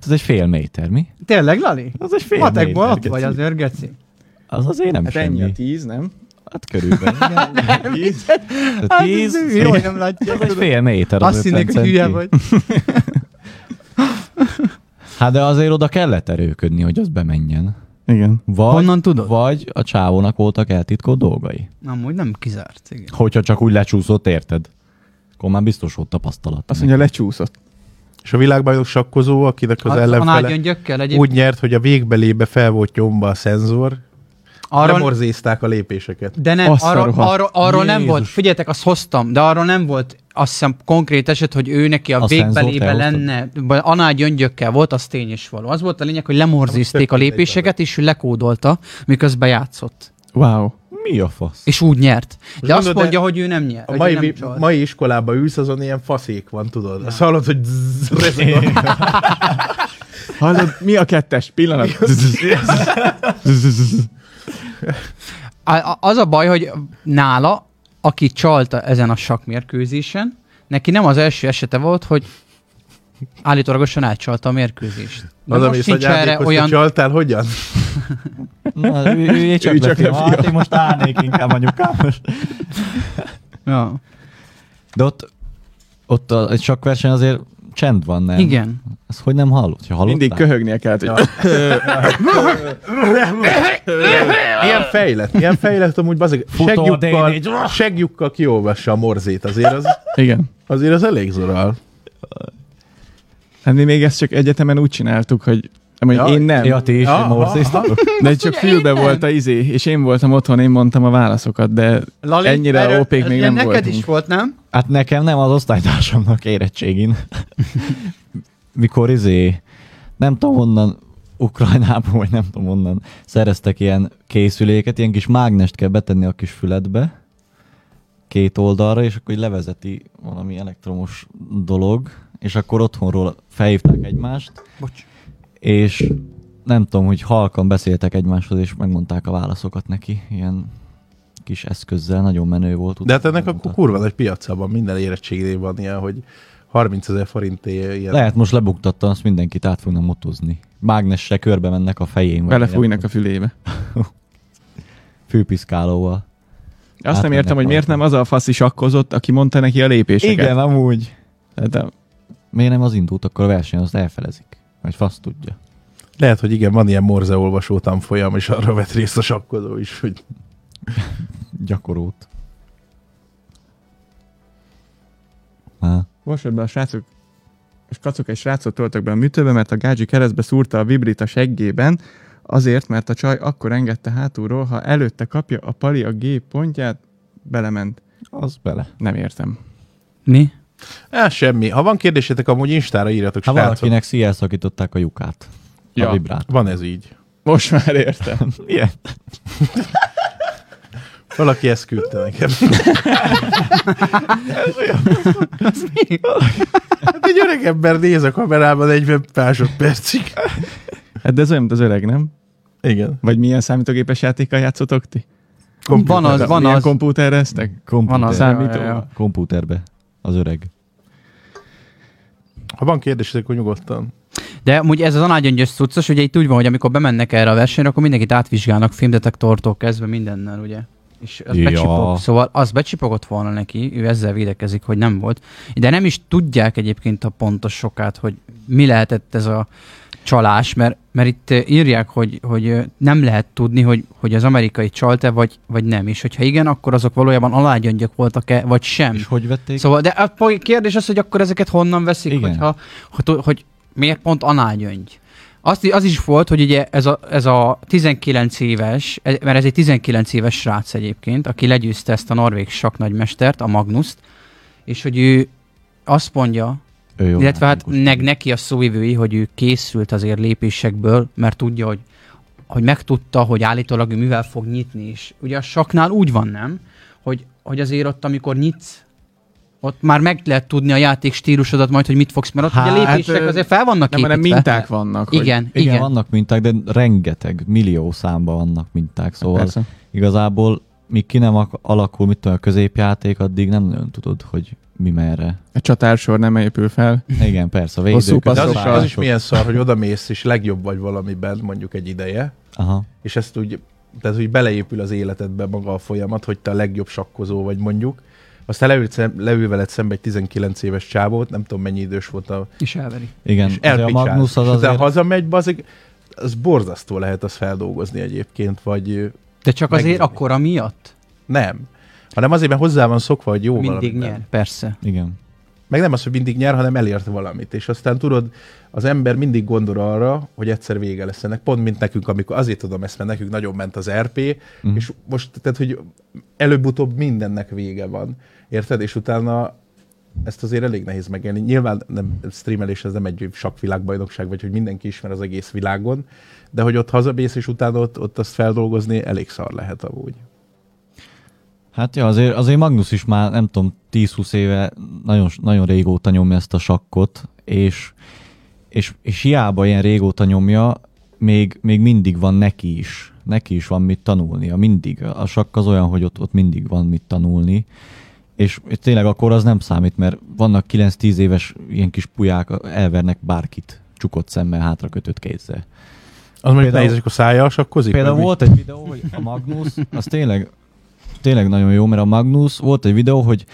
[SPEAKER 2] Ez egy fél méter, mi?
[SPEAKER 4] Tényleg, Lali?
[SPEAKER 2] Az egy fél
[SPEAKER 4] Matekból
[SPEAKER 2] méter.
[SPEAKER 4] ott vagy az örgeci?
[SPEAKER 2] Az azért nem
[SPEAKER 3] Hát ennyi a
[SPEAKER 2] semmi.
[SPEAKER 3] tíz, nem?
[SPEAKER 2] Hát körülbelül. igen.
[SPEAKER 3] Tíz.
[SPEAKER 2] A tíz,
[SPEAKER 4] Jó, Hát nem látja.
[SPEAKER 2] az egy fél méter. az
[SPEAKER 4] Azt hinnék,
[SPEAKER 2] 50
[SPEAKER 4] hogy hülye
[SPEAKER 2] Hát centi.
[SPEAKER 4] vagy.
[SPEAKER 2] Hát de azért oda kellett erőködni, hogy az bemenjen.
[SPEAKER 3] Igen.
[SPEAKER 2] Vagy,
[SPEAKER 4] Honnan tudod?
[SPEAKER 2] Vagy a csávónak voltak eltitkolt dolgai.
[SPEAKER 4] Amúgy nem kizárt, igen.
[SPEAKER 2] Hogyha csak úgy lecsúszott, érted? Akkor már biztos volt tapasztalat.
[SPEAKER 3] Azt mondja, lecsúszott.
[SPEAKER 1] És a világbajnok sakkozó, akinek az
[SPEAKER 4] A- a
[SPEAKER 1] ellenfele
[SPEAKER 4] nágyöngyökkel
[SPEAKER 1] úgy
[SPEAKER 4] egyébként.
[SPEAKER 1] nyert, hogy a végbelébe fel volt nyomva a szenzor,
[SPEAKER 4] Arról,
[SPEAKER 1] lemorzézták a lépéseket.
[SPEAKER 4] de nem,
[SPEAKER 3] Azt a
[SPEAKER 4] arról,
[SPEAKER 3] rohadt.
[SPEAKER 4] arról, arról nem
[SPEAKER 2] Jézus.
[SPEAKER 4] volt, figyeljetek, azt hoztam, de arról nem volt azt hiszem konkrét eset, hogy ő neki a,
[SPEAKER 2] A szenzort
[SPEAKER 4] végbelébe
[SPEAKER 2] elhoztad?
[SPEAKER 4] lenne, vagy anál gyöngyökkel volt, az tény is való. Az volt a lényeg, hogy lemorzízték a
[SPEAKER 1] mindegy
[SPEAKER 4] lépéseket, és ő lekódolta, miközben játszott.
[SPEAKER 3] Wow.
[SPEAKER 2] Mi a fasz?
[SPEAKER 4] És úgy nyert. De azt
[SPEAKER 1] gondolod, de
[SPEAKER 4] mondja, hogy ő nem nyert.
[SPEAKER 1] A
[SPEAKER 4] hogy
[SPEAKER 1] mai,
[SPEAKER 4] ő nem
[SPEAKER 1] vi-
[SPEAKER 4] csalt.
[SPEAKER 1] mai iskolába ülsz, azon ilyen faszék van, tudod? Azt hallod, hogy zzz, rezeg a
[SPEAKER 3] Hallod, mi a kettes pillanat?
[SPEAKER 4] A- a- Az a baj, hogy nála, aki csalta ezen a sakmérkőzésen, neki nem az első esete volt, hogy állítólagosan átcsalta a mérkőzést. De
[SPEAKER 1] Az, ami
[SPEAKER 4] most
[SPEAKER 1] hogy
[SPEAKER 4] nincs erre
[SPEAKER 1] olyan...
[SPEAKER 4] olyan...
[SPEAKER 1] csaltál, hogyan?
[SPEAKER 2] Na, ő, ő, ő csak,
[SPEAKER 1] Ő csak
[SPEAKER 2] lefilm.
[SPEAKER 1] lefilm.
[SPEAKER 2] Hát én most állnék inkább anyukám.
[SPEAKER 4] Ja.
[SPEAKER 2] De ott, ott a, egy sok verseny azért csend van, nem?
[SPEAKER 4] Igen.
[SPEAKER 2] Ezt hogy nem hallott? Ha hallottál?
[SPEAKER 3] Mindig köhögnie kellett, hogy
[SPEAKER 1] Ilyen fejlett, ilyen fejlett amúgy bazeg,
[SPEAKER 2] Futó
[SPEAKER 1] segjukkal,
[SPEAKER 2] teenager.
[SPEAKER 1] segjukkal kiolvassa a morzét, azért az,
[SPEAKER 3] Igen.
[SPEAKER 1] azért az elég zorral.
[SPEAKER 3] Hát mi még ezt csak egyetemen úgy csináltuk, hogy mondjuk
[SPEAKER 1] Ja,
[SPEAKER 3] én nem,
[SPEAKER 2] Ja, ti is
[SPEAKER 1] Aha,
[SPEAKER 2] morzéztatok?
[SPEAKER 3] de csak fülbe volt a izé, és én voltam otthon, én mondtam a válaszokat, de
[SPEAKER 4] Lali,
[SPEAKER 3] Ennyire
[SPEAKER 4] erről-
[SPEAKER 3] OP-k még
[SPEAKER 4] ilyen
[SPEAKER 3] nem
[SPEAKER 4] neked
[SPEAKER 3] voltunk.
[SPEAKER 4] is volt, nem?
[SPEAKER 2] Hát nekem nem, az osztálytársamnak érettségin. Mikor izé, nem tudom honnan, Ukrajnából, vagy nem tudom honnan szereztek ilyen készüléket, ilyen kis mágnest kell betenni a kis füledbe, két oldalra, és akkor így levezeti valami elektromos dolog, és akkor otthonról felhívták egymást,
[SPEAKER 4] Bocs.
[SPEAKER 2] és nem tudom, hogy halkan beszéltek egymáshoz, és megmondták a válaszokat neki, ilyen kis eszközzel, nagyon menő volt.
[SPEAKER 1] De hát ennek
[SPEAKER 2] Utána
[SPEAKER 1] akkor kurva nagy piaca van, minden érettségnél van ilyen, hogy 30 ezer forint ilyen.
[SPEAKER 2] Lehet most lebuktatta, azt mindenkit át fognak motozni. Mágnesse körbe mennek a fején. vagy
[SPEAKER 3] belefújnak
[SPEAKER 2] nem
[SPEAKER 3] a fülébe.
[SPEAKER 2] tudom, Fülpiszkálóval.
[SPEAKER 4] Hát
[SPEAKER 3] Azt nem
[SPEAKER 2] Átmennek
[SPEAKER 3] értem, hogy miért
[SPEAKER 2] rajta.
[SPEAKER 3] nem az a fasz is akkozott, aki mondta neki a lépéseket.
[SPEAKER 2] Igen, amúgy.
[SPEAKER 3] Tehát a-
[SPEAKER 2] Miért nem az indult, akkor a verseny azt elfelezik. Vagy fasz tudja.
[SPEAKER 1] Lehet, hogy igen, van ilyen morzeolvasó tanfolyam, és arra vett részt a sakkozó is, hogy
[SPEAKER 2] Gyakorolt. Há.
[SPEAKER 3] Most jött be a srácok, és kacok egy srácot toltak be a műtőbe, mert a gágyi keresztbe szúrta a vibrit a seggében, azért, mert a csaj akkor engedte hátulról, ha előtte kapja a pali a gép pontját, belement.
[SPEAKER 2] Az bele.
[SPEAKER 3] Nem értem.
[SPEAKER 4] Mi?
[SPEAKER 1] Á, semmi. Ha van kérdésetek, amúgy Instára írjatok,
[SPEAKER 2] Ha
[SPEAKER 1] srácok.
[SPEAKER 2] valakinek szíjjel szakították a lyukát. Ja. A vibrát.
[SPEAKER 1] Van ez így.
[SPEAKER 3] most már értem.
[SPEAKER 2] Ilyen.
[SPEAKER 1] Valaki ezt küldte nekem. Hát egy öreg ember néz a kamerában 40 másodpercig.
[SPEAKER 3] Hát de ez olyan, mint az öreg, nem?
[SPEAKER 1] Igen.
[SPEAKER 3] Vagy milyen számítógépes játékkal játszotok ti?
[SPEAKER 4] Van az, van
[SPEAKER 3] milyen
[SPEAKER 4] az.
[SPEAKER 3] kompútereztek?
[SPEAKER 2] Komputer.
[SPEAKER 4] Van az.
[SPEAKER 3] Számító.
[SPEAKER 4] Ja, ja, ja.
[SPEAKER 2] Komputerbe. Az öreg.
[SPEAKER 1] Ha van kérdésetek, akkor nyugodtan.
[SPEAKER 4] De amúgy ez az anágyöngyös cuccos, ugye itt úgy van, hogy amikor bemennek erre a versenyre, akkor mindenkit átvizsgálnak filmdetektortól kezdve mindennel, ugye? És az
[SPEAKER 2] Ja.
[SPEAKER 4] becsipog, szóval az becsipogott volna neki, ő ezzel védekezik, hogy nem volt. De nem is tudják egyébként a pontos sokát, hogy mi lehetett ez a csalás, mert, mert itt eh, írják, hogy, hogy eh, nem lehet tudni, hogy, hogy az amerikai csalt-e, vagy, vagy nem. És hogyha igen, akkor azok valójában alágyöngyök voltak-e, vagy sem.
[SPEAKER 2] És hogy vették?
[SPEAKER 4] Szóval, de a po- kérdés az, hogy akkor ezeket honnan veszik,
[SPEAKER 2] Igen.
[SPEAKER 4] hogyha, hogy, hogy miért pont análgyöngy. Azt, i- az is volt, hogy ugye ez a, ez a 19 éves, e- mert ez egy 19 éves srác egyébként, aki legyőzte ezt a norvég saknagymestert, a Magnuszt, és hogy ő azt mondja,
[SPEAKER 2] Ő jó
[SPEAKER 4] illetve hát
[SPEAKER 2] játékos.
[SPEAKER 4] meg neki a szóvivői, hogy ő készült azért lépésekből, mert tudja, hogy, hogy megtudta, hogy állítólag ő mivel fog nyitni is. Ugye a saknál úgy van, nem? Hogy, hogy azért ott, amikor nyitsz, ott már meg lehet tudni a játék stílusodat majd, hogy mit fogsz, mert ott hát,
[SPEAKER 2] Hát,
[SPEAKER 4] ugye lépések
[SPEAKER 3] ö,
[SPEAKER 4] azért fel vannak
[SPEAKER 3] Nem, hanem
[SPEAKER 4] építve.
[SPEAKER 3] minták vannak. hogy-
[SPEAKER 4] Igen,
[SPEAKER 2] Igen,
[SPEAKER 4] igen.
[SPEAKER 2] igen,
[SPEAKER 4] igen.
[SPEAKER 2] vannak minták, de rengeteg, millió számban vannak minták, szóval Persze.
[SPEAKER 3] Persze.
[SPEAKER 2] igazából míg ki nem ak- alakul, mit tudom, a középjáték, addig nem nagyon tudod, hogy mi merre.
[SPEAKER 3] A csatársor nem épül fel.
[SPEAKER 2] Igen, persze, a
[SPEAKER 3] Hosszú
[SPEAKER 2] védők,
[SPEAKER 1] De az, is,
[SPEAKER 3] Szóval-
[SPEAKER 1] az is milyen szar, hogy oda mész, és legjobb vagy valamiben mondjuk egy ideje,
[SPEAKER 2] Aha.
[SPEAKER 1] és ezt úgy, tehát úgy beleépül az életedbe maga a folyamat, hogy te a legjobb sakkozó vagy mondjuk, aztán leül, szem- leül veled szembe egy 19 éves csávót, nem tudom mennyi idős volt a
[SPEAKER 4] És elveri.
[SPEAKER 2] Igen,
[SPEAKER 1] és
[SPEAKER 2] de a
[SPEAKER 1] elpicsáz.
[SPEAKER 2] Magnus az
[SPEAKER 1] és utána
[SPEAKER 2] azért,
[SPEAKER 1] hazamegy, bazeg, az borzasztó lehet azt feldolgozni egyébként, vagy ö,
[SPEAKER 4] De csak azért
[SPEAKER 1] Megnyerni.
[SPEAKER 4] akkora miatt
[SPEAKER 1] nem. Hanem azért, mert hozzá van szokva, hogy jó
[SPEAKER 4] mindig
[SPEAKER 1] valamiben.
[SPEAKER 4] nyer, persze.
[SPEAKER 2] igen,
[SPEAKER 1] Meg nem az, hogy mindig nyer, hanem elért valamit. És aztán tudod, az ember mindig gondol arra, hogy egyszer vége lesz ennek. Pont mint nekünk, amikor azért tudom ezt, mert nekünk nagyon ment az RP, mm. és most, tehát, hogy előbb-utóbb mindennek vége van. Érted? És utána ezt azért elég nehéz megélni. Nyilván nem streamelés, ez nem egy sakvilágbajnokság, vagy hogy mindenki ismer az egész világon, de hogy ott hazamész, és utána ott, ott azt feldolgozni, elég szar lehet amúgy.
[SPEAKER 2] Hát ja, azért, azért Magnus is már nem tudom, 10-20 éve nagyon, nagyon régóta nyomja ezt a sakkot, és, és, és hiába ilyen régóta nyomja, még, még mindig van neki is. Neki is van mit tanulnia, mindig. A sakk az olyan, hogy ott, ott mindig van mit tanulni, és tényleg akkor az nem számít, mert vannak 9-10 éves ilyen kis pulyák, elvernek bárkit csukott szemmel, hátra kötött kézzel.
[SPEAKER 1] Az mondjuk
[SPEAKER 2] Például-
[SPEAKER 1] nehéz, és akkor szája alsakkozik?
[SPEAKER 2] Például
[SPEAKER 1] vagy mi?
[SPEAKER 2] volt egy videó, hogy a Magnus, az tényleg, tényleg nagyon jó, mert a Magnus volt egy videó, hogy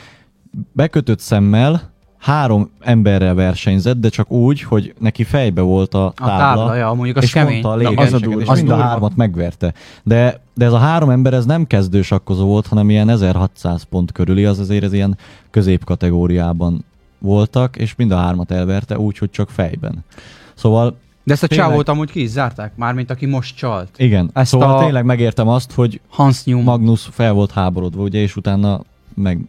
[SPEAKER 2] bekötött szemmel három emberrel versenyzett, de csak úgy, hogy neki fejbe volt a
[SPEAKER 4] A
[SPEAKER 2] tábla,
[SPEAKER 4] tábla, ja, mondjuk az
[SPEAKER 2] és
[SPEAKER 4] kemény.
[SPEAKER 2] mondta a
[SPEAKER 3] Na, az a durva.
[SPEAKER 2] légenseket, és
[SPEAKER 3] Az
[SPEAKER 2] mind a
[SPEAKER 3] durva.
[SPEAKER 2] hármat megverte. De, de ez a három ember, ez nem kezdő sakkozó volt, hanem ilyen 1600 pont körüli, az azért ez ilyen középkategóriában voltak, és mind a hármat elverte, úgy, hogy csak fejben. Szóval
[SPEAKER 4] De ezt a
[SPEAKER 2] Tényleg.
[SPEAKER 4] csávót amúgy ki is zárták, mármint aki most csalt.
[SPEAKER 2] igen,
[SPEAKER 4] Ezt
[SPEAKER 2] Ezt szóval
[SPEAKER 4] a-
[SPEAKER 2] a... tényleg megértem azt, hogy
[SPEAKER 4] Hans Newman.
[SPEAKER 2] Magnus fel volt háborodva, ugye, és utána meg,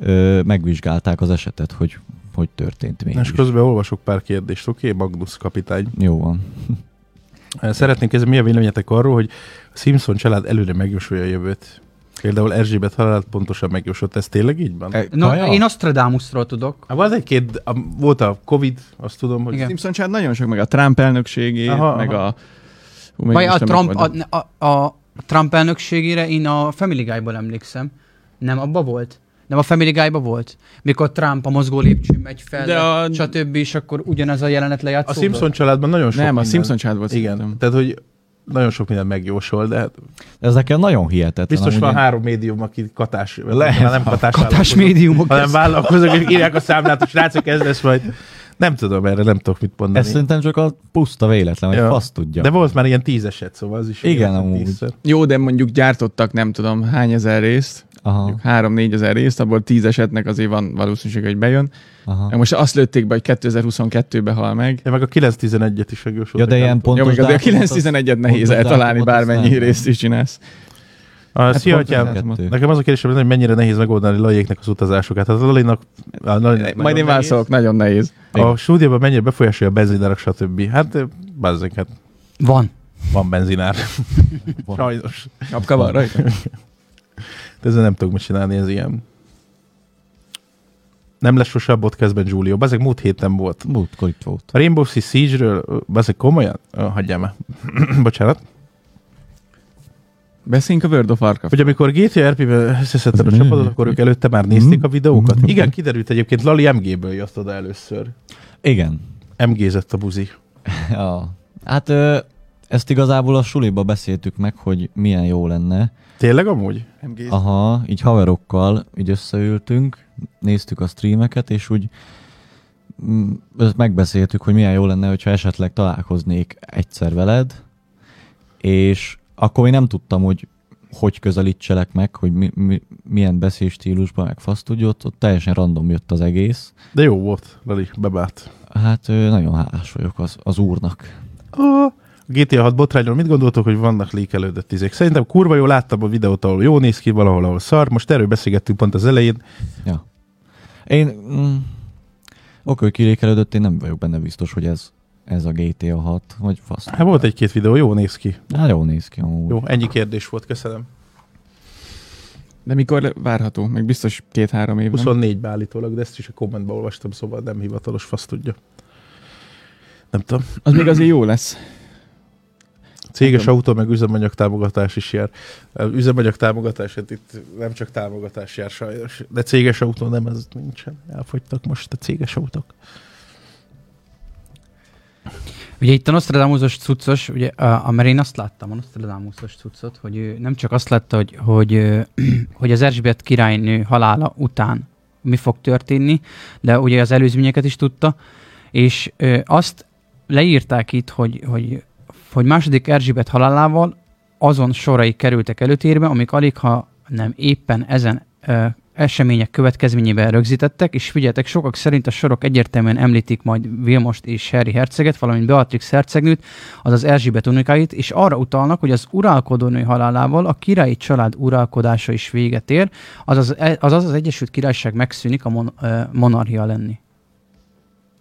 [SPEAKER 2] ö, megvizsgálták az esetet, hogy hogy történt
[SPEAKER 1] Na, És
[SPEAKER 2] mégis.
[SPEAKER 1] közben olvasok pár kérdést, oké, okay, Magnus kapitány.
[SPEAKER 2] Jó van.
[SPEAKER 1] Szeretnénk kezdeni, mi a véleményetek arról, hogy a Simpson család előre megjósolja a jövőt? Például Erzsébet halálát pontosan megjósolt, ez tényleg így van?
[SPEAKER 3] E-
[SPEAKER 4] No, én Nostradamusról tudok.
[SPEAKER 1] Hát az egy-két, a, volt a Covid, azt tudom, hogy...
[SPEAKER 4] Igen.
[SPEAKER 3] Simpson család nagyon sok, meg a Trump elnökségét,
[SPEAKER 1] Aha,
[SPEAKER 3] meg
[SPEAKER 1] aha.
[SPEAKER 3] a... Hú, meg
[SPEAKER 4] Vagy a
[SPEAKER 3] most nem
[SPEAKER 4] Trump,
[SPEAKER 3] mondom.
[SPEAKER 4] a, a, a Trump elnökségére én a Family Guy-ból emlékszem. Nem abba volt? Nem a Family guy volt? Mikor Trump a mozgó lépcsőn megy
[SPEAKER 3] De
[SPEAKER 4] fel,
[SPEAKER 3] a-
[SPEAKER 4] a... stb. és akkor ugyanez a jelenet
[SPEAKER 1] A
[SPEAKER 4] lejátszódott?
[SPEAKER 1] Simpson családban nagyon sok
[SPEAKER 3] Nem, a
[SPEAKER 1] minden-
[SPEAKER 3] Simpson család volt
[SPEAKER 1] Igen,
[SPEAKER 3] szerintem.
[SPEAKER 1] tehát hogy nagyon sok minden megjósol, de hát
[SPEAKER 2] Ez nekem nagyon hihetetlen.
[SPEAKER 1] biztos
[SPEAKER 2] amúgy
[SPEAKER 1] van
[SPEAKER 2] én-
[SPEAKER 1] három médium, aki katás,
[SPEAKER 2] Lehet.
[SPEAKER 1] nem katás,
[SPEAKER 4] Katás
[SPEAKER 1] vállalkozó,
[SPEAKER 4] médiumok.
[SPEAKER 1] hanem vállalkozók, és írják a számlát, és srácok, ez lesz majd. Nem tudom erre, nem tudok mit mondani.
[SPEAKER 2] Ez szerintem csak a puszta véletlen, hogy
[SPEAKER 1] Ja.
[SPEAKER 2] fasz tudja.
[SPEAKER 1] De volt már ilyen tíz eset, szóval az is.
[SPEAKER 2] Igen,
[SPEAKER 1] ilyen,
[SPEAKER 2] amúgy.
[SPEAKER 1] tízszer.
[SPEAKER 3] Jó, de mondjuk gyártottak nem tudom hány ezer részt,
[SPEAKER 2] Aha,
[SPEAKER 3] mondjuk három-négy ezer részt, abból tíz esetnek azért van valószínűség, hogy bejön.
[SPEAKER 2] aha.
[SPEAKER 3] Meg Most azt lőtték be, hogy 2022-ben hal meg.
[SPEAKER 1] Ja, meg a 9-11-et is megjósolták.
[SPEAKER 2] Ja, de ilyen
[SPEAKER 3] Jó,
[SPEAKER 2] pontos
[SPEAKER 3] még azért a
[SPEAKER 2] dátumot az-
[SPEAKER 3] 9-11-et nehéz
[SPEAKER 2] pontos
[SPEAKER 3] eltalálni,
[SPEAKER 2] dátumot azt
[SPEAKER 3] bármennyi
[SPEAKER 2] nem.
[SPEAKER 3] részt is csinálsz.
[SPEAKER 1] A, szia,
[SPEAKER 3] pontos
[SPEAKER 1] atyám,
[SPEAKER 3] dátumot.
[SPEAKER 2] Kettő.
[SPEAKER 1] Hát Nekem az a kérdésem, hogy mennyire nehéz megoldani Lajéknek az utazásokat. Hát a Lalinak... A Lalinak
[SPEAKER 3] Majd én
[SPEAKER 1] nagyon
[SPEAKER 3] válaszolok, nagyon nehéz.
[SPEAKER 1] nehéz. A stúdióban mennyire befolyásolja a benzinárak, stb. Hát, bazzek, hát
[SPEAKER 4] Van.
[SPEAKER 1] van benzinár.
[SPEAKER 2] Van.
[SPEAKER 1] Sajnos.
[SPEAKER 3] Kapka van rajta?
[SPEAKER 1] De ezzel nem tudok mit csinálni, ez ilyen. Nem lesz sose a podcastben Giulio. Bazeg múlt héten volt.
[SPEAKER 2] Múltkor itt volt.
[SPEAKER 1] A Rainbow Six Siege-ről, ö, bazeg komolyan? Ö, Hagyjál már. Bocsánat.
[SPEAKER 3] Beszéljünk a World of Warcraft.
[SPEAKER 1] Hogy amikor GTA RP-ben összeszedted a csapatot, akkor ők előtte már nézték a
[SPEAKER 3] Mm-hmm.
[SPEAKER 1] videókat? Igen, kiderült egyébként, Lali MG-ből jött oda először.
[SPEAKER 2] Igen.
[SPEAKER 1] MG-zett a buzi.
[SPEAKER 2] Ja. Hát ö, ezt igazából a suliba beszéltük meg, hogy milyen jó lenne.
[SPEAKER 1] Tényleg amúgy?
[SPEAKER 2] Aha, így haverokkal így összeültünk, néztük a streameket, és úgy mm, ezt megbeszéltük, hogy milyen jó lenne, hogyha esetleg találkoznék egyszer veled, és akkor én nem tudtam, hogy hogy közelítselek meg, hogy mi, mi, milyen beszélstílusban, meg fasz tudja, ott, ott teljesen random jött az egész.
[SPEAKER 1] De jó volt, Lali, bebát.
[SPEAKER 2] Hát ö, nagyon hálás vagyok az, az úrnak.
[SPEAKER 1] A GTA 6 botrányról mit gondoltok, hogy vannak lékelődött izék? Szerintem kurva jó láttam a videót, ahol jó néz ki, valahol, ahol szar. Most erről beszélgettünk pont az elején.
[SPEAKER 2] Ja. Én, mm, oké, hogy kirékelődött, én nem vagyok benne biztos, hogy ez, ez a GTA 6, vagy fasz.
[SPEAKER 1] Hát volt egy-két videó, jó néz ki. Mhm.
[SPEAKER 2] Hát jól néz ki amúgy.
[SPEAKER 1] Jó, ennyi kérdés volt, köszönöm.
[SPEAKER 3] De mikor várható? Meg biztos két-három év.
[SPEAKER 1] 24-be állítólag, de ezt is a kommentben olvastam, szóval nem hivatalos, fasz tudja. Nem tudom.
[SPEAKER 3] Az még azért jó lesz.
[SPEAKER 1] Céges autó, meg üzemanyag támogatás is jár. Üzemanyag támogatás, hát itt nem csak támogatás jár sajnos, de céges autó nem, ez nincsen. Elfogytak most a céges autók.
[SPEAKER 4] Ugye itt a Nostradamusos cuccos, ugye, a, mert én azt láttam, a Nostradamusos cuccot, hogy ő nem csak azt látta, hogy, hogy, ö, hogy az Erzsébet királynő halála után mi fog történni, de ugye az előzményeket is tudta, és ö, azt leírták itt, hogy, hogy, hogy második Erzsébet halálával azon sorai kerültek előtérbe, amik alig ha nem éppen ezen ö, események következményében rögzítettek, és figyeltek, sokak szerint a sorok egyértelműen említik majd Vilmost és Harry herceget, valamint Beatrix hercegnőt, azaz Erzsébet unikáit, és arra utalnak, hogy az uralkodónő halálával a királyi család uralkodása is véget ér, azaz, e, azaz az Egyesült Királyság megszűnik a mon, ö, monarchia lenni.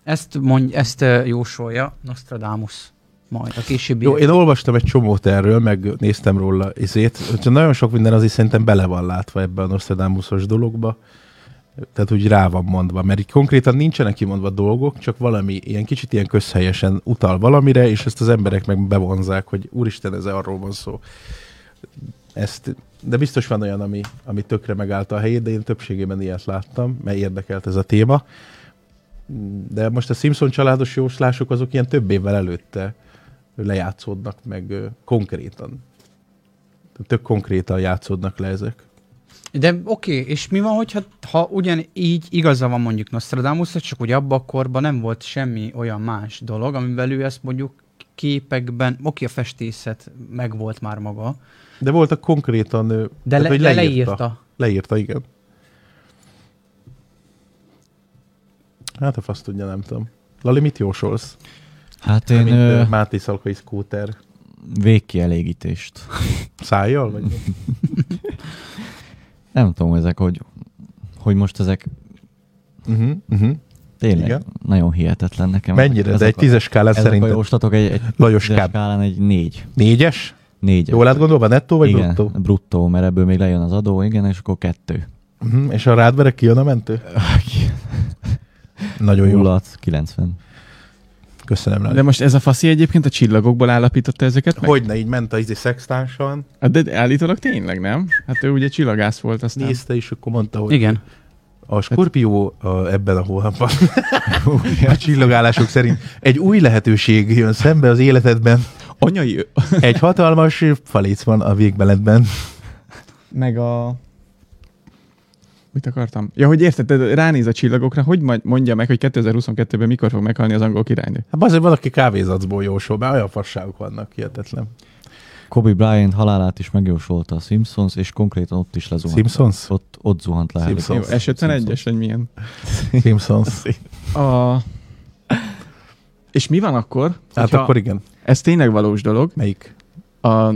[SPEAKER 4] Ezt, mondj, ezt ö, jósolja Nostradamus majd a későbbi.
[SPEAKER 1] Jó, én olvastam egy csomót erről, meg néztem róla izét. Úgyhogy Nagyon sok minden azért szerintem bele van látva ebbe a Nostradamusos dologba. Tehát úgy rá van mondva, mert így konkrétan nincsenek kimondva dolgok, csak valami ilyen kicsit ilyen közhelyesen utal valamire, és ezt az emberek meg bevonzák, hogy úristen, ez arról van szó. Ezt De biztos van olyan, ami, ami tökre megállta a helyét, de én többségében ilyet láttam, mert érdekelt ez a téma. De most a Simpson családos jóslások azok ilyen több évvel előtte lejátszódnak meg ö, konkrétan. Tök konkrétan játszódnak le ezek.
[SPEAKER 4] De oké, okay, és mi van, hogyha ha ugyanígy igaza van mondjuk Nostradamus, csak ugye abban a korban nem volt semmi olyan más dolog, amivel ő ezt mondjuk képekben, oké, okay, a festészet megvolt már maga,
[SPEAKER 1] De voltak konkrétan... ö,
[SPEAKER 4] de, le,
[SPEAKER 1] hogy
[SPEAKER 4] de leírta.
[SPEAKER 1] Leírta, igen. Hát a fasz tudja, nem tudom. Lali, mit jósolsz?
[SPEAKER 2] Hát
[SPEAKER 1] Én,
[SPEAKER 2] én
[SPEAKER 1] Mint ö...
[SPEAKER 2] ö,
[SPEAKER 1] Máté Szalkai Scooter
[SPEAKER 2] végkielégítést.
[SPEAKER 1] szájjal? Vagy?
[SPEAKER 2] Mhm. Nem tudom, ezek hogy, hogy most ezek
[SPEAKER 1] uh-huh, uh-huh.
[SPEAKER 2] tényleg
[SPEAKER 1] Igen.
[SPEAKER 2] Igen. nagyon hihetetlen nekem.
[SPEAKER 1] Mennyire?
[SPEAKER 2] Ezek
[SPEAKER 1] De egy
[SPEAKER 2] a-
[SPEAKER 1] tízes skálán
[SPEAKER 2] Ezek a
[SPEAKER 1] szerintem
[SPEAKER 2] jóslatok egy, egy
[SPEAKER 1] Lajos
[SPEAKER 2] tízes
[SPEAKER 1] Káp.
[SPEAKER 2] skálán egy négy.
[SPEAKER 1] négyes?
[SPEAKER 2] Négy.
[SPEAKER 1] Jól átgondolva, nettó vagy
[SPEAKER 2] igen,
[SPEAKER 1] bruttó?
[SPEAKER 2] bruttó, mert ebből még lejön az adó, igen, és akkor kettő.
[SPEAKER 1] Uh-huh. És a rádverek kijön a mentő? Nagyon jó.
[SPEAKER 2] Hullat, 90.
[SPEAKER 1] Köszönöm, Lali.
[SPEAKER 3] De most ez a faszi egyébként a csillagokból állapította ezeket meg?
[SPEAKER 1] Hogyne, így ment a izé szextánsan,
[SPEAKER 3] Hát De állítólag tényleg, nem? Hát ő ugye csillagász volt aztán. Nézd.
[SPEAKER 1] nézte, és akkor mondta, hogy
[SPEAKER 4] Igen.
[SPEAKER 3] hát-
[SPEAKER 1] A Skorpió a, ebben a hónapban a csillagálások szerint egy új lehetőség jön szembe az életedben.
[SPEAKER 3] Anyai ö-
[SPEAKER 1] Egy hatalmas faléc van a végbeletben.
[SPEAKER 3] meg a... Mit akartam? Ja, hogy érted, de ránéz a csillagokra, hogy majd mondja meg, hogy 2022-ben mikor fog meghalni az angol királynő?
[SPEAKER 1] Hát azért valaki kávézacból jósol, mert olyan fasságok vannak, hihetetlen.
[SPEAKER 2] Kobe Bryant halálát is megjósolta a Simpsons, és konkrétan ott is lezuhant.
[SPEAKER 1] Simpsons?
[SPEAKER 2] Ott, ott zuhant le.
[SPEAKER 1] Simpsons.
[SPEAKER 3] Jó,
[SPEAKER 1] Simpsons.
[SPEAKER 3] S51-es, vagy milyen?
[SPEAKER 1] Simpsons.
[SPEAKER 3] A... És mi van akkor,
[SPEAKER 1] Hát
[SPEAKER 3] hogyha
[SPEAKER 1] akkor igen.
[SPEAKER 3] ez tényleg valós dolog,
[SPEAKER 1] Melyik?
[SPEAKER 3] a, a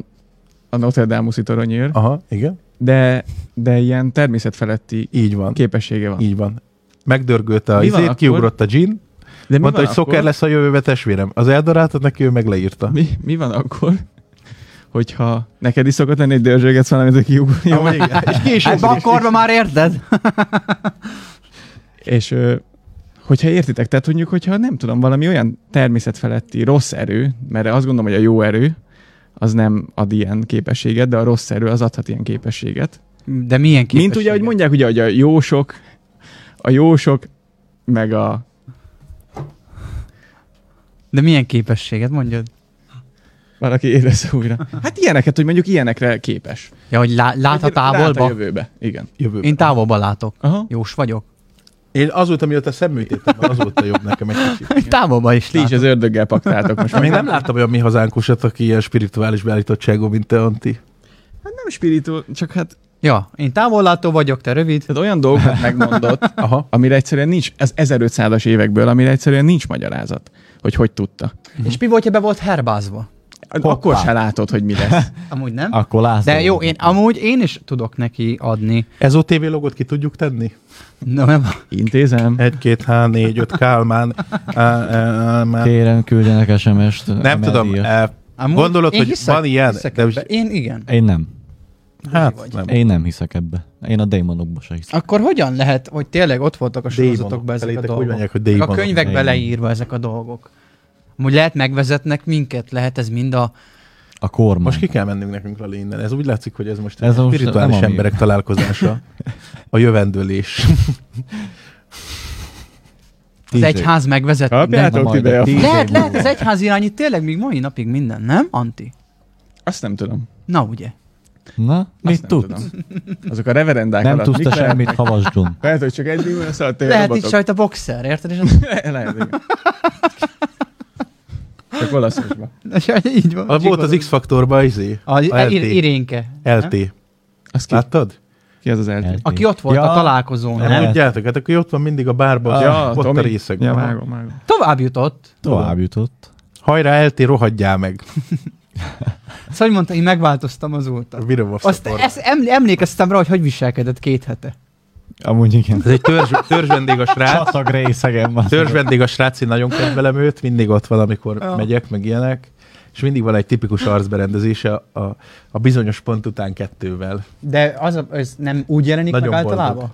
[SPEAKER 3] Notre Dame-uszi toronyőr,
[SPEAKER 1] Aha, igen.
[SPEAKER 3] de, de ilyen természetfeletti
[SPEAKER 1] Így van.
[SPEAKER 3] képessége van.
[SPEAKER 1] Így van. Megdörgölt a
[SPEAKER 3] Mi van
[SPEAKER 1] izét,
[SPEAKER 3] akkor?
[SPEAKER 1] kiugrott a gin,
[SPEAKER 3] De mi
[SPEAKER 1] mondta,
[SPEAKER 3] van
[SPEAKER 1] hogy szoker lesz a jövőbe testvérem. Az eldorátot neki ő meg leírta.
[SPEAKER 3] Mi, mi van akkor, hogyha neked is szokott lenni egy szóval dörzsögetsz valamit, aki ugorja?
[SPEAKER 1] Ah, igen. És ki is
[SPEAKER 4] Ebben a korban már érted?
[SPEAKER 3] És ö, hogyha értitek, tehát mondjuk, hogyha nem tudom, valami olyan természetfeletti rossz erő, mert azt gondolom, hogy a jó erő, az nem ad ilyen képességet, de a rossz erő az adhat ilyen képességet. képességet.
[SPEAKER 4] De milyen képessége?
[SPEAKER 3] Mint ugye, hogy mondják, ugye, hogy a jósok, a jósok, meg a...
[SPEAKER 4] De milyen képességet mondjad?
[SPEAKER 3] Valaki érezze újra. Hát ilyeneket, hogy mondjuk ilyenekre képes.
[SPEAKER 4] Ja, hogy lá- lát a
[SPEAKER 3] Hogy Lát Hát a
[SPEAKER 4] távolba?
[SPEAKER 3] jövőbe, igen.
[SPEAKER 1] Jövőbe.
[SPEAKER 4] Én távolba látok.
[SPEAKER 3] Aha.
[SPEAKER 4] Jós vagyok.
[SPEAKER 1] Én azóta, mióta szemműtétem van, azóta jobb nekem egy kicsit.
[SPEAKER 4] Távolba is
[SPEAKER 3] Ti is
[SPEAKER 4] látok.
[SPEAKER 3] az ördöggel paktáltok most.
[SPEAKER 1] Még
[SPEAKER 3] Még
[SPEAKER 1] nem láttam olyan mi hazánkusat, aki ilyen spirituális beállítottságú, mint te, Anti.
[SPEAKER 3] nem spiritul, csak hát
[SPEAKER 4] Ja, én távollátó vagyok, te rövid.
[SPEAKER 3] tehát olyan dolgokat megmondott,
[SPEAKER 1] Aha.
[SPEAKER 3] amire egyszerűen nincs, ez 1500-as évekből, amire egyszerűen nincs magyarázat, hogy hogy tudta.
[SPEAKER 4] És mi volt, ha be volt herbázva?
[SPEAKER 3] Hoppá. Akkor se látod, hogy mi lesz.
[SPEAKER 4] Amúgy nem?
[SPEAKER 2] Akkor látod.
[SPEAKER 4] De jó, én amúgy én is tudok neki adni.
[SPEAKER 1] Ez OTV logot ki tudjuk tenni?
[SPEAKER 4] Na, nem,
[SPEAKER 3] Intézem.
[SPEAKER 1] Egy, két, há, négy, öt, Kálmán. Á, á, á, már-
[SPEAKER 2] Kérem, küldjenek SMS-t.
[SPEAKER 1] Nem tudom. eh,
[SPEAKER 4] amúgy
[SPEAKER 1] Gondolod,
[SPEAKER 4] én
[SPEAKER 1] hogy
[SPEAKER 4] hiszek-
[SPEAKER 1] van ilyen?
[SPEAKER 4] hiszek
[SPEAKER 1] De
[SPEAKER 4] ebbe.
[SPEAKER 1] most-
[SPEAKER 4] Én igen.
[SPEAKER 2] Én nem.
[SPEAKER 1] Hát nem.
[SPEAKER 2] Én nem hiszek ebbe. Én a démonokba se hiszek.
[SPEAKER 4] Akkor hogyan lehet, hogy tényleg ott voltak a
[SPEAKER 1] Démonok.
[SPEAKER 4] sorozatokban ezek a
[SPEAKER 1] Felétek úgy
[SPEAKER 4] dolgok?
[SPEAKER 1] mondják, hogy
[SPEAKER 4] Meg a
[SPEAKER 1] démonok.
[SPEAKER 4] könyvekbe
[SPEAKER 2] Igen.
[SPEAKER 4] leírva ezek a dolgok. Amúgy lehet megvezetnek minket, lehet ez mind a...
[SPEAKER 2] A kormány.
[SPEAKER 1] Most ki kell mennünk nekünk Lali innen. Ez úgy látszik, hogy ez most
[SPEAKER 2] Ez
[SPEAKER 1] ez
[SPEAKER 2] most
[SPEAKER 1] spirituális
[SPEAKER 2] nem a mi.
[SPEAKER 1] emberek találkozása. A jövendőlés.
[SPEAKER 4] Az
[SPEAKER 2] Tíz
[SPEAKER 4] egyház megvezet mindent.
[SPEAKER 2] Na,
[SPEAKER 3] Kapjátok
[SPEAKER 2] majd
[SPEAKER 3] ide
[SPEAKER 2] egy
[SPEAKER 3] a...
[SPEAKER 2] tíz
[SPEAKER 4] Lehet,
[SPEAKER 2] év
[SPEAKER 4] lehet,
[SPEAKER 2] múlva.
[SPEAKER 4] az egyház irányít tényleg még mai napig minden, nem, Anti?
[SPEAKER 3] Azt nem tudom.
[SPEAKER 4] Na ugye.
[SPEAKER 2] Na,
[SPEAKER 3] Azt
[SPEAKER 2] mit
[SPEAKER 3] nem
[SPEAKER 2] tudsz?
[SPEAKER 3] Tudom. Azok a reverendák
[SPEAKER 2] Nem
[SPEAKER 3] alatt
[SPEAKER 2] tudsz te
[SPEAKER 3] mik lehetnek?
[SPEAKER 2] semmit, havasdon.
[SPEAKER 3] Lehet, hogy csak egy szóval díjban szállt a
[SPEAKER 4] Lehet itt
[SPEAKER 3] robotok.
[SPEAKER 4] sajt a boxer, érted? És az...
[SPEAKER 3] Lehet, igen. Csak olaszosban.
[SPEAKER 4] így van.
[SPEAKER 1] A, volt az X-faktorban izé.
[SPEAKER 4] A, a, ir,
[SPEAKER 1] LT.
[SPEAKER 4] irénke. nem?
[SPEAKER 1] LT.
[SPEAKER 3] Az ki,
[SPEAKER 1] Láttad?
[SPEAKER 3] ki az az eltű?
[SPEAKER 4] Aki ott volt
[SPEAKER 2] Ja.
[SPEAKER 4] a találkozón,
[SPEAKER 1] Nem,
[SPEAKER 4] nem?
[SPEAKER 2] LT.
[SPEAKER 1] tudjátok, hát akkor ott van mindig a bárban, az- Ah, ott a részek.
[SPEAKER 3] Ja, vágom, vágom.
[SPEAKER 4] Tovább jutott.
[SPEAKER 2] Tovább jutott.
[SPEAKER 1] Hajrá, LT, rohadjál meg.
[SPEAKER 4] Szóval hogy mondta, én megváltoztam azóta.
[SPEAKER 1] Bírom a
[SPEAKER 4] Azt
[SPEAKER 1] szaporra.
[SPEAKER 4] ezt eml- emlékeztem rá, hogy hogy viselkedett két hete.
[SPEAKER 2] Amúgy igen.
[SPEAKER 1] Ez egy törzs, törzsvendég a srác.
[SPEAKER 2] Csatag részegen van.
[SPEAKER 1] Törzsvendég a srác, én nagyon kedvelem őt, mindig ott van, amikor
[SPEAKER 4] Ja.
[SPEAKER 1] ja. megyek, meg ilyenek. És mindig van egy tipikus arcberendezése a, a, a bizonyos pont után kettővel.
[SPEAKER 4] De az, a, ez nem úgy jelenik
[SPEAKER 1] Nagyon
[SPEAKER 4] meg
[SPEAKER 1] boldog.
[SPEAKER 4] általában?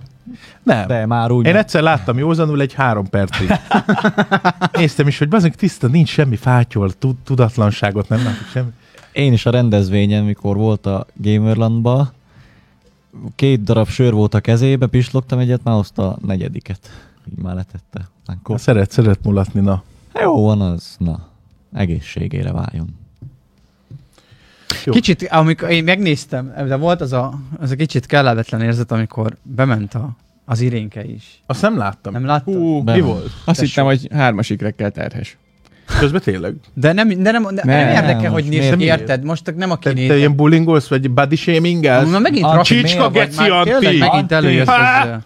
[SPEAKER 1] Nem. De.
[SPEAKER 2] De már úgy.
[SPEAKER 1] Én egyszer láttam józanul egy három percig. Néztem is, hogy bazeg tiszta, nincs semmi fátyol, tud, tudatlanságot nem látok semmi.
[SPEAKER 2] Én is a rendezvényen, mikor volt a Gamerlandba, két darab sör volt a kezébe, pislogtam egyet, már hozta a negyediket. Így már letette. Aztán
[SPEAKER 1] Kop.
[SPEAKER 2] kop.
[SPEAKER 1] Szeret, szeret mulatni, na.
[SPEAKER 2] Hát Jó van az, na. Egészségére váljon.
[SPEAKER 1] Jó.
[SPEAKER 4] Kicsit, amikor én megnéztem, de volt az a, az a kicsit kellemetlen érzet, amikor bement a, az irénke is.
[SPEAKER 1] Azt nem láttam.
[SPEAKER 4] Nem láttad?
[SPEAKER 3] Hú,
[SPEAKER 1] Mi
[SPEAKER 2] Bement.
[SPEAKER 1] volt?
[SPEAKER 3] azt
[SPEAKER 4] Tesó.
[SPEAKER 3] hittem, hogy hármas ikrekkel terhes.
[SPEAKER 1] Közben tényleg?
[SPEAKER 4] De nem, de nem, de nem, nem
[SPEAKER 3] Nem,
[SPEAKER 4] érdekel,
[SPEAKER 2] most
[SPEAKER 4] hogy
[SPEAKER 2] miért?
[SPEAKER 4] nézd, érted? Most nem a
[SPEAKER 1] Te,
[SPEAKER 4] kinézet.
[SPEAKER 1] te ilyen bullyingolsz, vagy body shaming
[SPEAKER 4] Na megint
[SPEAKER 2] A
[SPEAKER 4] Rafi
[SPEAKER 1] csicska
[SPEAKER 4] miért vagy?
[SPEAKER 1] geci
[SPEAKER 4] Már tényleg
[SPEAKER 1] Anti.
[SPEAKER 4] Megint előjössz
[SPEAKER 1] Há!
[SPEAKER 4] ezzel.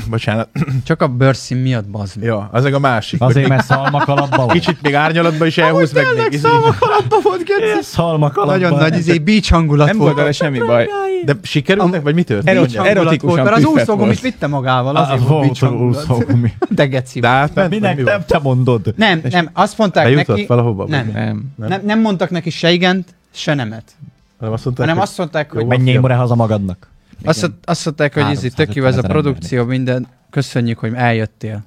[SPEAKER 1] Bocsánat.
[SPEAKER 4] Csak a bőrszín miatt bazd meg.
[SPEAKER 1] Ja, az meg a másik.
[SPEAKER 2] Azért, mert szalmakalapban van.
[SPEAKER 1] Kicsit még árnyalatba is elhúz meg.
[SPEAKER 4] Tényleg
[SPEAKER 1] még-
[SPEAKER 4] szalmak alapba volt, geci.
[SPEAKER 2] szalmakalapban.
[SPEAKER 4] Nagyon nagy izé, beach hangulat
[SPEAKER 3] Nem
[SPEAKER 4] volt.
[SPEAKER 3] volt vele semmi baj.
[SPEAKER 1] De sikerültek, vagy mi történt?
[SPEAKER 3] Erős-
[SPEAKER 4] Beach hangulat
[SPEAKER 3] erotikusan
[SPEAKER 4] volt, mert az
[SPEAKER 3] püffet
[SPEAKER 4] úszógom
[SPEAKER 3] volt.
[SPEAKER 4] itt vitte magával,
[SPEAKER 2] Az
[SPEAKER 4] azért
[SPEAKER 2] ah,
[SPEAKER 4] volt
[SPEAKER 2] volt
[SPEAKER 4] beach
[SPEAKER 2] a
[SPEAKER 4] hangulat.
[SPEAKER 2] úszógumi.
[SPEAKER 4] De geci.
[SPEAKER 1] De átment, vagy
[SPEAKER 2] Minek
[SPEAKER 1] mi volt?
[SPEAKER 2] nem te mondod?
[SPEAKER 4] Nem, nem, azt mondták
[SPEAKER 1] Bejutott
[SPEAKER 4] neki,
[SPEAKER 1] valahova? vagy
[SPEAKER 4] Nem.
[SPEAKER 1] mi?
[SPEAKER 3] Nem.
[SPEAKER 1] Nem.
[SPEAKER 4] nem, nem mondtak neki se igent, se nemet,
[SPEAKER 1] Hanem azt mondták,
[SPEAKER 4] hanem
[SPEAKER 1] hogy
[SPEAKER 4] azt mondták, hogy
[SPEAKER 1] Jó,
[SPEAKER 2] Menj imre haza magadnak.
[SPEAKER 4] Azt, mond- azt mondták, hogy ez
[SPEAKER 2] 350
[SPEAKER 4] tök jó ez a
[SPEAKER 2] ezer
[SPEAKER 4] produkció, minden, köszönjük, hogy eljöttél.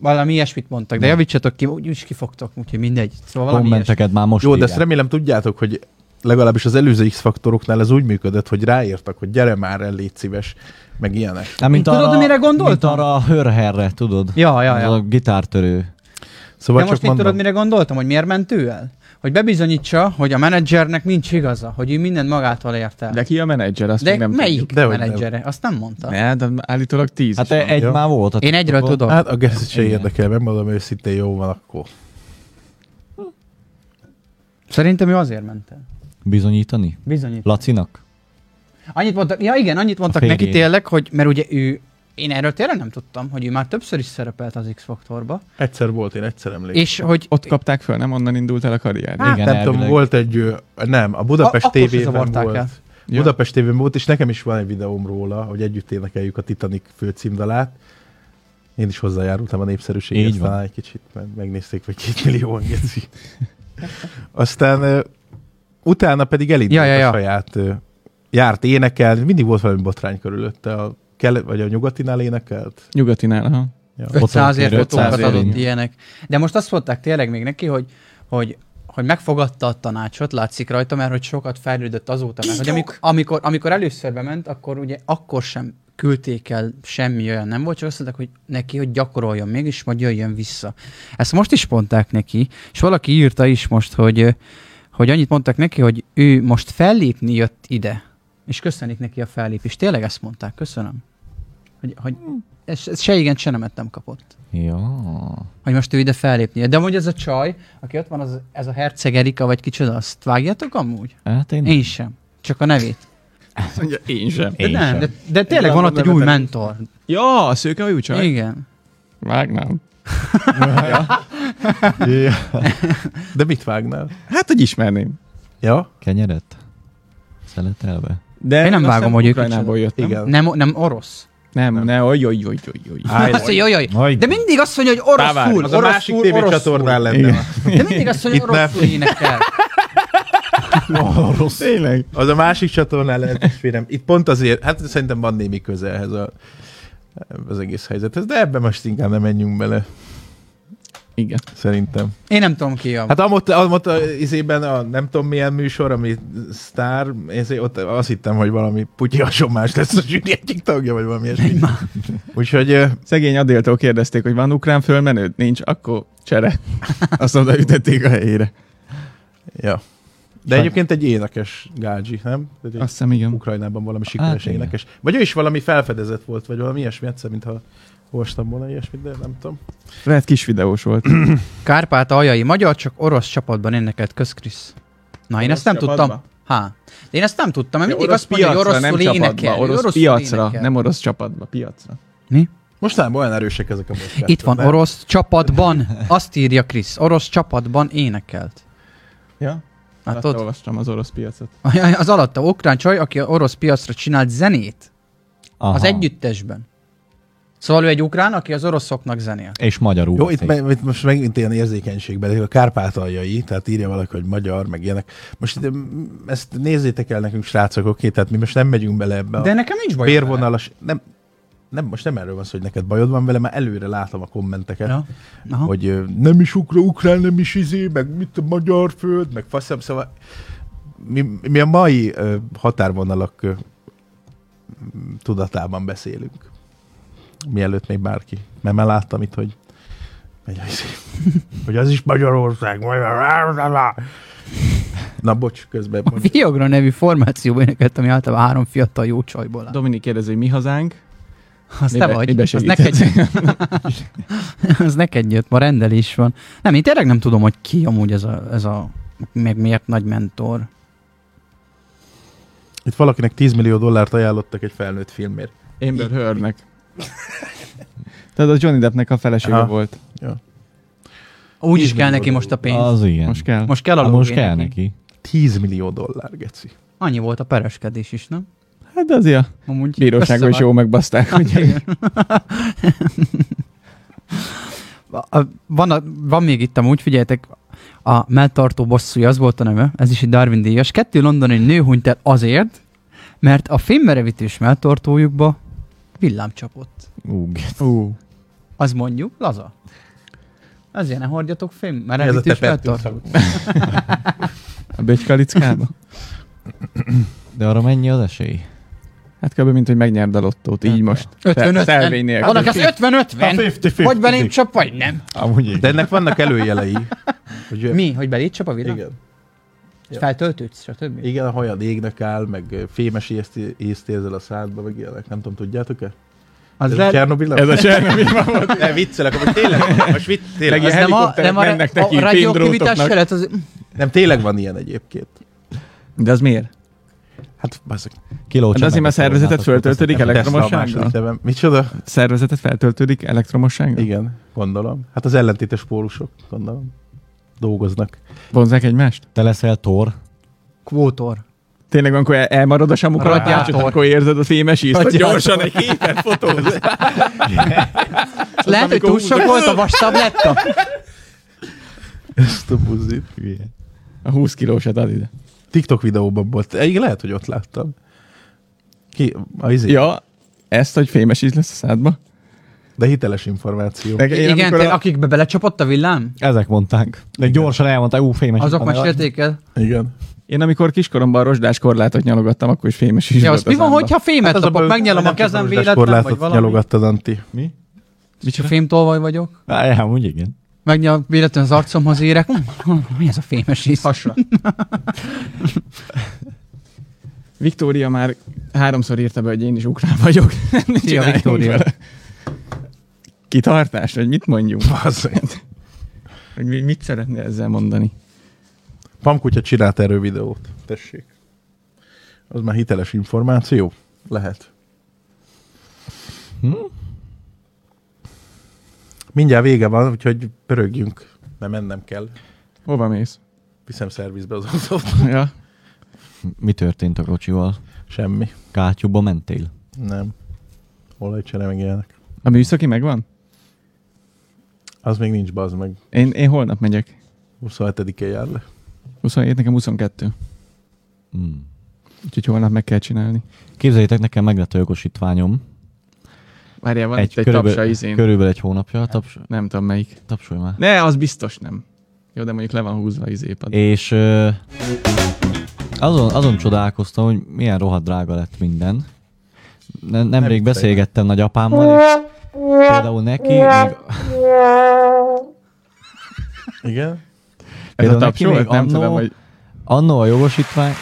[SPEAKER 4] Valami ilyesmit mondtak, de
[SPEAKER 2] Nem.
[SPEAKER 4] javítsatok ki, úgyis kifogtok, úgyhogy mindegy. Szóval valami ilyesmi.
[SPEAKER 2] Kommenteket már most
[SPEAKER 1] Jó, de
[SPEAKER 2] írják.
[SPEAKER 1] ezt remélem tudjátok, hogy legalábbis az előző X-faktoroknál ez úgy működött, hogy ráírtak, hogy gyere már el, légy szíves, meg ilyenek.
[SPEAKER 2] Nem, mint
[SPEAKER 4] Tudod,
[SPEAKER 2] arra,
[SPEAKER 4] mire gondoltam?
[SPEAKER 2] Mint arra a hörherre, tudod?
[SPEAKER 4] Ja, ja,
[SPEAKER 2] Az
[SPEAKER 4] ja.
[SPEAKER 2] a gitártörő.
[SPEAKER 1] Szóval
[SPEAKER 4] De most
[SPEAKER 1] csak
[SPEAKER 4] mit
[SPEAKER 1] mondom,
[SPEAKER 4] tudod, mire gondoltam, hogy miért ment ő el? Hogy bebizonyítsa, hogy a menedzsernek nincs igaza, hogy ő mindent magától ért el.
[SPEAKER 3] De ki a menedzser? Azt
[SPEAKER 4] De
[SPEAKER 3] még nem
[SPEAKER 4] melyik
[SPEAKER 3] tudjuk.
[SPEAKER 1] Dehogy nem.
[SPEAKER 4] menedzsere? Azt nem mondta.
[SPEAKER 3] Ne, de állítólag tíz
[SPEAKER 2] Hát
[SPEAKER 3] is
[SPEAKER 2] e-
[SPEAKER 3] van.
[SPEAKER 2] egy
[SPEAKER 1] jó?
[SPEAKER 2] már volt. a
[SPEAKER 4] Én egyről
[SPEAKER 2] TikTokon.
[SPEAKER 4] tudok.
[SPEAKER 1] Hát a geszit se
[SPEAKER 2] Igen.
[SPEAKER 1] érdekel, megmondom őszintén, jó van akkor.
[SPEAKER 4] Szerintem ő azért ment el.
[SPEAKER 2] Bizonyítani?
[SPEAKER 4] Bizonyít.
[SPEAKER 2] Lacinak?
[SPEAKER 4] Annyit mondtak, ja igen, annyit mondtak
[SPEAKER 2] férjét.
[SPEAKER 4] neki tényleg, hogy, mert ugye ő, én erről tényleg nem tudtam, hogy ő már többször is szerepelt az X-faktorba,
[SPEAKER 1] Egyszer volt, én egyszer emlékszem.
[SPEAKER 4] és hogy
[SPEAKER 3] Ott kapták föl, nem? Onnan indult el a karrier.
[SPEAKER 2] Hát,
[SPEAKER 1] Hát,
[SPEAKER 2] igen,
[SPEAKER 1] nem tudom,
[SPEAKER 2] elvileg.
[SPEAKER 1] volt egy, ö, nem, a Budapest
[SPEAKER 4] A- akkor se
[SPEAKER 1] TV-ben
[SPEAKER 4] zavarták
[SPEAKER 1] volt.
[SPEAKER 4] el.
[SPEAKER 3] Ja.
[SPEAKER 1] Budapest TV-ben volt, és nekem is van egy videóm róla, hogy együtt énekeljük a Titanic főcímdalát. Én is hozzájárultam a népszerűséghez
[SPEAKER 2] Így van.
[SPEAKER 1] talán egy kicsit, mert megnézték, hogy két millió geci. Aztán ö, utána pedig elindult
[SPEAKER 4] Ja, ja, ja.
[SPEAKER 1] a saját, ö, járt énekelni, mindig volt valami botrány körülötte, a kele, vagy a nyugatinál énekelt.
[SPEAKER 3] Nyugatinál, aha.
[SPEAKER 1] Ja.
[SPEAKER 4] 500 ért
[SPEAKER 2] 500
[SPEAKER 4] fotókat
[SPEAKER 3] forint.
[SPEAKER 4] adott ilyenek. De most azt mondták tényleg még neki, hogy, hogy, hogy megfogadta a tanácsot, látszik rajta, mert hogy sokat fejlődött azóta. Mert, hogy amikor, amikor, amikor először bement, akkor ugye akkor sem küldték el semmi olyan nem volt, csak azt mondták, hogy neki, hogy gyakoroljon még, és majd jöjjön vissza. Ezt most is mondták neki, és valaki írta is most, hogy, hogy annyit mondtak neki, hogy ő most fellépni jött ide, és köszönik neki a fellépést. Tényleg ezt mondták, köszönöm. Hogy, hogy ez, ez se igen, se nemet nem kapott
[SPEAKER 2] Ja.
[SPEAKER 4] hogy most ő ide fellépnie. De mondja ez a csaj, aki ott van, az, ez a herceg Erika, vagy kicsoda, azt vágjátok amúgy?
[SPEAKER 2] Hát én,
[SPEAKER 4] Én sem. Csak a nevét.
[SPEAKER 3] Azt mondja, én sem.
[SPEAKER 4] De
[SPEAKER 2] Én
[SPEAKER 4] nem,
[SPEAKER 2] sem.
[SPEAKER 4] de, de tényleg van ott egy új mentor.
[SPEAKER 3] Ja, a szőke hajú csaj.
[SPEAKER 4] Igen.
[SPEAKER 3] Vágnám.
[SPEAKER 1] Ja. De mit vágnál?
[SPEAKER 3] Hát, hogy ismerném.
[SPEAKER 1] Ja,
[SPEAKER 2] kenyeret? Szeletelve?
[SPEAKER 3] De
[SPEAKER 4] Én nem
[SPEAKER 3] azt
[SPEAKER 4] vágom,
[SPEAKER 3] hiszem,
[SPEAKER 4] hogy ők
[SPEAKER 3] Ukrajnából jött, nem?
[SPEAKER 1] igen.
[SPEAKER 4] Nem, nem orosz.
[SPEAKER 3] Nem, ne, oj, oj, oj, oj, oj.
[SPEAKER 1] Állj,
[SPEAKER 4] Azt mondja, jaj, jaj.
[SPEAKER 2] Hogy?
[SPEAKER 4] De mindig azt mondja, hogy oroszul,
[SPEAKER 1] az a másik
[SPEAKER 4] oroszul, oroszul.
[SPEAKER 1] tévécsatornán lenne.
[SPEAKER 4] De mindig azt mondja,
[SPEAKER 1] Itt
[SPEAKER 4] hogy
[SPEAKER 1] nem.
[SPEAKER 4] oroszul énekel.
[SPEAKER 2] Orosz.
[SPEAKER 3] Tényleg?
[SPEAKER 1] Az a másik csatornán lehet, testvérem. Itt pont azért, hát szerintem van némi köze ehhez a, az egész helyzethez, de ebben most inkább nem menjünk bele,
[SPEAKER 3] Igen.
[SPEAKER 1] szerintem.
[SPEAKER 4] Én nem tudom ki a...
[SPEAKER 1] Hát amott, amott a, izében a nem tudom milyen műsor, ami sztár, ezért ott azt hittem, hogy valami putyi hasonlás lesz a zsűri egyik tagja, vagy valami ilyesmi. Úgyhogy ö,
[SPEAKER 3] Szegény Adéltól kérdezték, hogy van ukrán fölmenőd? Nincs, akkor csere. Azt oda ütették a helyére.
[SPEAKER 1] Ja. De egyébként egy énekes Gágyi, nem? Tehát egy
[SPEAKER 3] Azt hiszem, igen.
[SPEAKER 1] Ukrajnában valami
[SPEAKER 4] Hát
[SPEAKER 1] sikeres
[SPEAKER 2] igen.
[SPEAKER 1] énekes. Vagy ő is valami felfedezett volt, vagy valami ilyesmi egyszer, mintha olvastam volna ilyesmit, de nem tudom.
[SPEAKER 3] Lehet kis videós volt.
[SPEAKER 4] Kárpát aljai magyar, csak orosz csapatban énekelt, kösz Krisz. Na, én
[SPEAKER 3] Orosz
[SPEAKER 4] ezt nem
[SPEAKER 3] csapatban?
[SPEAKER 4] tudtam. Há. De én ezt nem tudtam, mert
[SPEAKER 3] Ja,
[SPEAKER 4] mindig azt mondja, hogy oroszul énekel. ő
[SPEAKER 3] orosz,
[SPEAKER 4] oroszul
[SPEAKER 3] piacra,
[SPEAKER 4] énekel.
[SPEAKER 3] nem orosz csapatba, piacra.
[SPEAKER 1] Mostanában olyan erősek ezek a podcastok.
[SPEAKER 4] Itt van
[SPEAKER 1] nem?
[SPEAKER 4] orosz csapatban, azt írja Krisz, orosz csapatban énekelt.
[SPEAKER 3] Ja?
[SPEAKER 4] Hát
[SPEAKER 3] Hát
[SPEAKER 4] ott,
[SPEAKER 3] olvastam az orosz piacot.
[SPEAKER 4] az alatta ukrán csaj, aki a orosz piacra csinált zenét, Aha. az együttesben. Szóval ő egy ukrán, aki az oroszoknak zenél.
[SPEAKER 2] És magyarul.
[SPEAKER 1] Jó, itt, me, itt most megint ilyen érzékenységben, a kárpátaljai, tehát írja valaki, hogy magyar, meg ilyenek. Most itt, mm, ezt nézzétek el nekünk, srácok, oké? Tehát mi most nem megyünk bele ebbe a
[SPEAKER 4] De nekem nincs baj.
[SPEAKER 1] vérvonalas... Nem, nem, most nem erről van szó, hogy neked bajod van vele, már előre látom a kommenteket.
[SPEAKER 4] Ja. Aha.
[SPEAKER 1] hogy ö, nem is ukra, ukrán, nem is izé, meg mit a magyar föld, meg faszem, szóval mi, mi a mai ö, határvonalak ö, tudatában beszélünk. Mielőtt még bárki. Mert már láttam itt, hogy megy izé. az, hogy az is Magyarország. Magyarország. Na bocs, közben
[SPEAKER 4] A Viagra nevű formációban énekeltem, ami általában három fiatal jó csajból áll.
[SPEAKER 3] Dominik kérdezi, hogy mi hazánk.
[SPEAKER 4] Az te
[SPEAKER 3] Mibe-
[SPEAKER 4] vagy.
[SPEAKER 3] mibe
[SPEAKER 4] Az
[SPEAKER 3] segített?
[SPEAKER 4] neked, az neked jött, ma rendelés van. Nem, én tényleg nem tudom, hogy ki amúgy ez a, ez a meg miért nagy mentor.
[SPEAKER 1] Itt valakinek 10 millió dollárt ajánlottak egy felnőtt filmért.
[SPEAKER 3] Amber Heardnek. Tehát a Johnny Deppnek a felesége
[SPEAKER 1] Aha.
[SPEAKER 3] volt.
[SPEAKER 4] Úgy
[SPEAKER 1] Így
[SPEAKER 4] is kell
[SPEAKER 1] van,
[SPEAKER 4] neki
[SPEAKER 1] oda-
[SPEAKER 4] most a pénz.
[SPEAKER 2] Az igen.
[SPEAKER 3] Most kell.
[SPEAKER 4] Most kell a
[SPEAKER 2] Há,
[SPEAKER 4] lóvé
[SPEAKER 2] most kell neki.
[SPEAKER 1] 10 millió dollár, geci.
[SPEAKER 4] Annyi volt a pereskedés is, nem?
[SPEAKER 3] Hát de azért a
[SPEAKER 4] Amúgy
[SPEAKER 3] bíróságon is jó megbaszták. Hogy...
[SPEAKER 4] hát- Igen. A- a- van, a, van még itt amúgy, figyeljetek, a melltartó bosszúja, az volt a neve, ez is egy Darwin díjas. Kettő londoni nő hunyt el azért, mert a fémmerevítős melltartójukba villám csapott.
[SPEAKER 2] Ú, g-
[SPEAKER 3] Ú,
[SPEAKER 4] Az mondjuk, laza. Azért ne hordjatok
[SPEAKER 1] Ez a te
[SPEAKER 4] fémmerevítős
[SPEAKER 1] Pettőn szagú.
[SPEAKER 4] melltartót.
[SPEAKER 3] a Bögykalickába.
[SPEAKER 2] De arra mennyi az esély?
[SPEAKER 3] Hát kb. mint, hogy megnyerd a lottót, így most. Fel-
[SPEAKER 4] 50
[SPEAKER 3] Szelvény nélkül.
[SPEAKER 4] Annak az 50-50.
[SPEAKER 1] 50-50.
[SPEAKER 4] Vagy belém csap, vagy nem.
[SPEAKER 2] Amúgy így.
[SPEAKER 1] De ennek vannak előjelei. Hogy
[SPEAKER 4] Mi? Hogy belé csap a villám?
[SPEAKER 1] Igen.
[SPEAKER 4] És Feltöltődsz, stb.
[SPEAKER 1] Igen, a hajad égnek áll, meg ö, fémes ízt, ízt érzel a szádba, meg ilyenek. Nem tudom, tudjátok-e?
[SPEAKER 4] Az
[SPEAKER 1] Ez
[SPEAKER 4] lehet-
[SPEAKER 1] a Csernobil?
[SPEAKER 3] Ez a Csernobil.
[SPEAKER 1] Nem, viccelek, amúgy tényleg van. Most vitt, tényleg.
[SPEAKER 3] Meg
[SPEAKER 1] Ez
[SPEAKER 4] Az
[SPEAKER 3] ilyen
[SPEAKER 4] nem a,
[SPEAKER 3] helikopterek
[SPEAKER 4] nem a,
[SPEAKER 3] mennek neki,
[SPEAKER 4] a radioaktivitás
[SPEAKER 3] fénydrótoknak.
[SPEAKER 4] felett az...
[SPEAKER 1] Nem, tényleg van ilyen egyébként.
[SPEAKER 3] De az miért?
[SPEAKER 1] Hát, bazzak.
[SPEAKER 2] Kiló
[SPEAKER 3] De azért, mert szervezetet föltöltödik
[SPEAKER 1] Tesla a
[SPEAKER 3] elektromossággal?
[SPEAKER 1] második nevem. Micsoda?
[SPEAKER 3] Szervezetet feltöltődik elektromossággal?
[SPEAKER 1] Igen, gondolom. Hát az ellentétes pólusok, gondolom. Dolgoznak.
[SPEAKER 3] Vonzák egymást?
[SPEAKER 2] Te leszel tor.
[SPEAKER 4] Kvótor.
[SPEAKER 3] Tényleg, amikor el- elmarad a
[SPEAKER 4] A
[SPEAKER 3] samukra,
[SPEAKER 4] radiátor.
[SPEAKER 3] akkor érzed a fémes ízt, hogy
[SPEAKER 4] Radiátor.
[SPEAKER 3] gyorsan egy képet fotóz.
[SPEAKER 4] Lehet, hogy túl sok volt a vas tabletta.
[SPEAKER 1] Ezt a buzit.
[SPEAKER 3] A 20 kilósat ad ide.
[SPEAKER 1] TikTok videóban volt. Igen, lehet, hogy ott láttam. Ki, a izé.
[SPEAKER 3] Ja, ezt, hogy fémes íz lesz a szádba?
[SPEAKER 1] De hiteles információ.
[SPEAKER 3] Meg én,
[SPEAKER 4] Igen,
[SPEAKER 3] amikor
[SPEAKER 4] te,
[SPEAKER 3] a-
[SPEAKER 4] akikbe belecsapott a villám,
[SPEAKER 2] Ezek mondták. De gyorsan elmondták, ú, fémes.
[SPEAKER 4] azok
[SPEAKER 2] itt van,
[SPEAKER 4] mesélték el.
[SPEAKER 1] Igen.
[SPEAKER 3] Én amikor kiskoromban rozsdás korlátot nyalogattam, akkor is fémes is
[SPEAKER 4] Ja,
[SPEAKER 3] volt
[SPEAKER 4] az mi van,
[SPEAKER 3] számba.
[SPEAKER 4] hogyha fémet
[SPEAKER 1] Hát az
[SPEAKER 4] tapok,
[SPEAKER 1] baj,
[SPEAKER 4] megnyelom
[SPEAKER 1] nem
[SPEAKER 4] a
[SPEAKER 1] csak
[SPEAKER 4] kezem
[SPEAKER 1] rozsdás
[SPEAKER 4] véletlen, vagy
[SPEAKER 1] korlátot
[SPEAKER 4] valami.
[SPEAKER 1] nyalogattad, Anti.
[SPEAKER 2] Mi?
[SPEAKER 4] És a fémtolvaj vagyok.
[SPEAKER 2] Á, ja, amúgy igen.
[SPEAKER 4] Megnyel véletlen az arcomhoz érek. Hm, hm, Mi ez a fémes íz? Hasra.
[SPEAKER 3] Viktória már háromszor írta be, hogy én is ukrán vagyok. Mit csináljunk
[SPEAKER 4] Viktória.
[SPEAKER 3] vele? Kitartás, vagy mit mondjunk?
[SPEAKER 1] Bazzeg.
[SPEAKER 3] Hogy mi- mit szeretnél ezzel mondani?
[SPEAKER 1] Pamkutya csinált erről videót. Tessék. Az már hiteles információ? Lehet.
[SPEAKER 2] Hm?
[SPEAKER 1] Mindjárt vége van, úgyhogy pörögjünk, mert mennem kell.
[SPEAKER 3] Hova mész?
[SPEAKER 1] Viszem szervizbe az autót.
[SPEAKER 3] Ja.
[SPEAKER 2] Mi történt a kocsival?
[SPEAKER 1] Semmi.
[SPEAKER 2] Kátyúba mentél?
[SPEAKER 1] Nem. Olajcsere meg ilyenek.
[SPEAKER 3] A műszaki megvan?
[SPEAKER 1] Az még nincs, bazd meg.
[SPEAKER 3] Én, én holnap megyek.
[SPEAKER 1] 27-e jár le.
[SPEAKER 3] 27, nekem 22.
[SPEAKER 2] Hmm.
[SPEAKER 3] Úgyhogy holnap meg kell csinálni.
[SPEAKER 2] Képzeljétek, nekem meglett a jogosítványom.
[SPEAKER 3] Várjál, van egy, itt egy tapsa izén. Hát.
[SPEAKER 2] körülbelül egy hónapja. Taps,
[SPEAKER 3] Nem tudom melyik.
[SPEAKER 2] tapsolj már.
[SPEAKER 3] Ne, az biztos nem. Jó, de mondjuk le van húzva izépad.
[SPEAKER 2] És ö, azon, azon csodálkoztam, hogy milyen rohadt drága lett minden. Ne, nemrég
[SPEAKER 1] viccelj.
[SPEAKER 2] beszélgettem nagyapámmal, és például neki, még,
[SPEAKER 1] Igen?
[SPEAKER 3] Ez a
[SPEAKER 2] például neki
[SPEAKER 3] tapsó?
[SPEAKER 2] még
[SPEAKER 3] Nem tudom,
[SPEAKER 2] annó,
[SPEAKER 3] hogy...
[SPEAKER 2] annó a jogosítvány,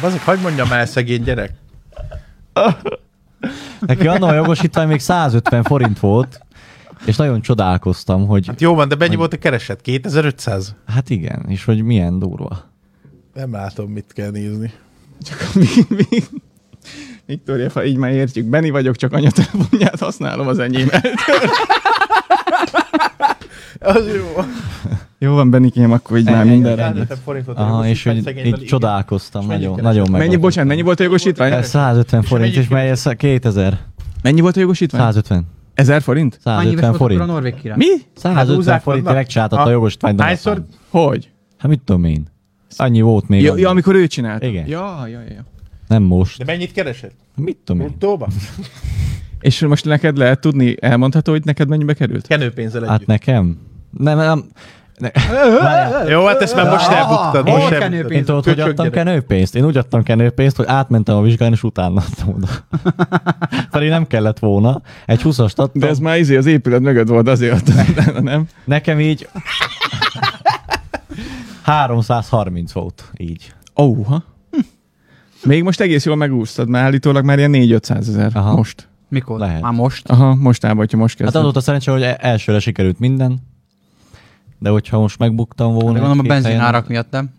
[SPEAKER 1] Bazd meg, hagyd mondjam el, szegény gyerek.
[SPEAKER 2] neki annó a jogosítvány még 150 forint volt, és nagyon csodálkoztam, hogy
[SPEAKER 1] Hát jó van, de mennyi volt a kereset? 2500?
[SPEAKER 2] hát igen, és hogy milyen durva.
[SPEAKER 1] Nem látom, mit kell nézni.
[SPEAKER 3] Viktória, ha így már értjük, Benni vagyok, csak anyatelefonját használom az enyémet.
[SPEAKER 1] Az jó.
[SPEAKER 3] Jó van, Benikém, akkor így már minden rendben.
[SPEAKER 1] forintot. hát
[SPEAKER 2] Aha, és
[SPEAKER 3] hát
[SPEAKER 2] hogy így csodálkoztam,
[SPEAKER 1] mennyi
[SPEAKER 2] nagyon,
[SPEAKER 1] keresett?
[SPEAKER 2] nagyon meg.
[SPEAKER 3] Mennyi, bocsánat, mennyi volt a jogosítvány?
[SPEAKER 2] Ez 150 forint,
[SPEAKER 1] mennyi
[SPEAKER 2] és mely ez 2000?
[SPEAKER 3] Mennyi volt a jogosítvány?
[SPEAKER 2] 150.
[SPEAKER 3] 1000 forint?
[SPEAKER 4] Annyi éves
[SPEAKER 2] 150
[SPEAKER 4] volt akkor a
[SPEAKER 2] forint.
[SPEAKER 4] norvég király.
[SPEAKER 3] Mi?
[SPEAKER 2] 150
[SPEAKER 1] Hát húzzák
[SPEAKER 2] forintért
[SPEAKER 1] vannak.
[SPEAKER 2] megcsáltatta a
[SPEAKER 1] Ha.
[SPEAKER 2] jogosítványt.
[SPEAKER 1] Hányszor?
[SPEAKER 2] nagyapám.
[SPEAKER 3] Hogy?
[SPEAKER 2] Hát mit tudom én. Annyi volt még.
[SPEAKER 3] Ja,
[SPEAKER 2] annó.
[SPEAKER 3] ja, amikor ő csinálta.
[SPEAKER 2] Igen.
[SPEAKER 3] Ja, ja, ja. ja.
[SPEAKER 2] Nem most.
[SPEAKER 1] De mennyit keresett?
[SPEAKER 2] Mit tudom én.
[SPEAKER 1] Bruttóba?
[SPEAKER 3] És most neked lehet tudni, elmondható, hogy neked mennyibe került?
[SPEAKER 1] Kenőpénzzel együtt.
[SPEAKER 2] Hát nekem? Hát Nem, nem. Ne.
[SPEAKER 1] Jó, hát ezt már most
[SPEAKER 4] Aha,
[SPEAKER 1] elbuktad.
[SPEAKER 4] hol
[SPEAKER 1] Most
[SPEAKER 4] kell
[SPEAKER 1] elbuktad.
[SPEAKER 4] nőpénz?
[SPEAKER 2] Én tudod, hogy
[SPEAKER 1] Köcsög
[SPEAKER 2] adtam
[SPEAKER 1] gyerek.
[SPEAKER 2] kenőpénzt? Én úgy adtam kenőpénzt, hogy átmentem a vizsgán, és utána adtam oda. Pedig nem kellett volna. Egy 20 adtam.
[SPEAKER 3] De ez már izé az épület mögött volt azért, nem?
[SPEAKER 2] Nekem így 330 volt, így.
[SPEAKER 3] Óha. Hm. Még most egész jól megúsztad, már állítólag már ilyen 4-500 ezer
[SPEAKER 2] Aha.
[SPEAKER 3] most.
[SPEAKER 4] Mikor?
[SPEAKER 2] Lehet.
[SPEAKER 4] Már most?
[SPEAKER 3] Aha, mostában, hogyha most
[SPEAKER 2] Hát
[SPEAKER 3] kezdted.
[SPEAKER 2] az volt a szerencse, hogy e- elsőre sikerült minden. De hogyha most megbuktam volna...
[SPEAKER 4] De gondolom a
[SPEAKER 2] egy-két helyen,
[SPEAKER 4] benzinárak miatt nem.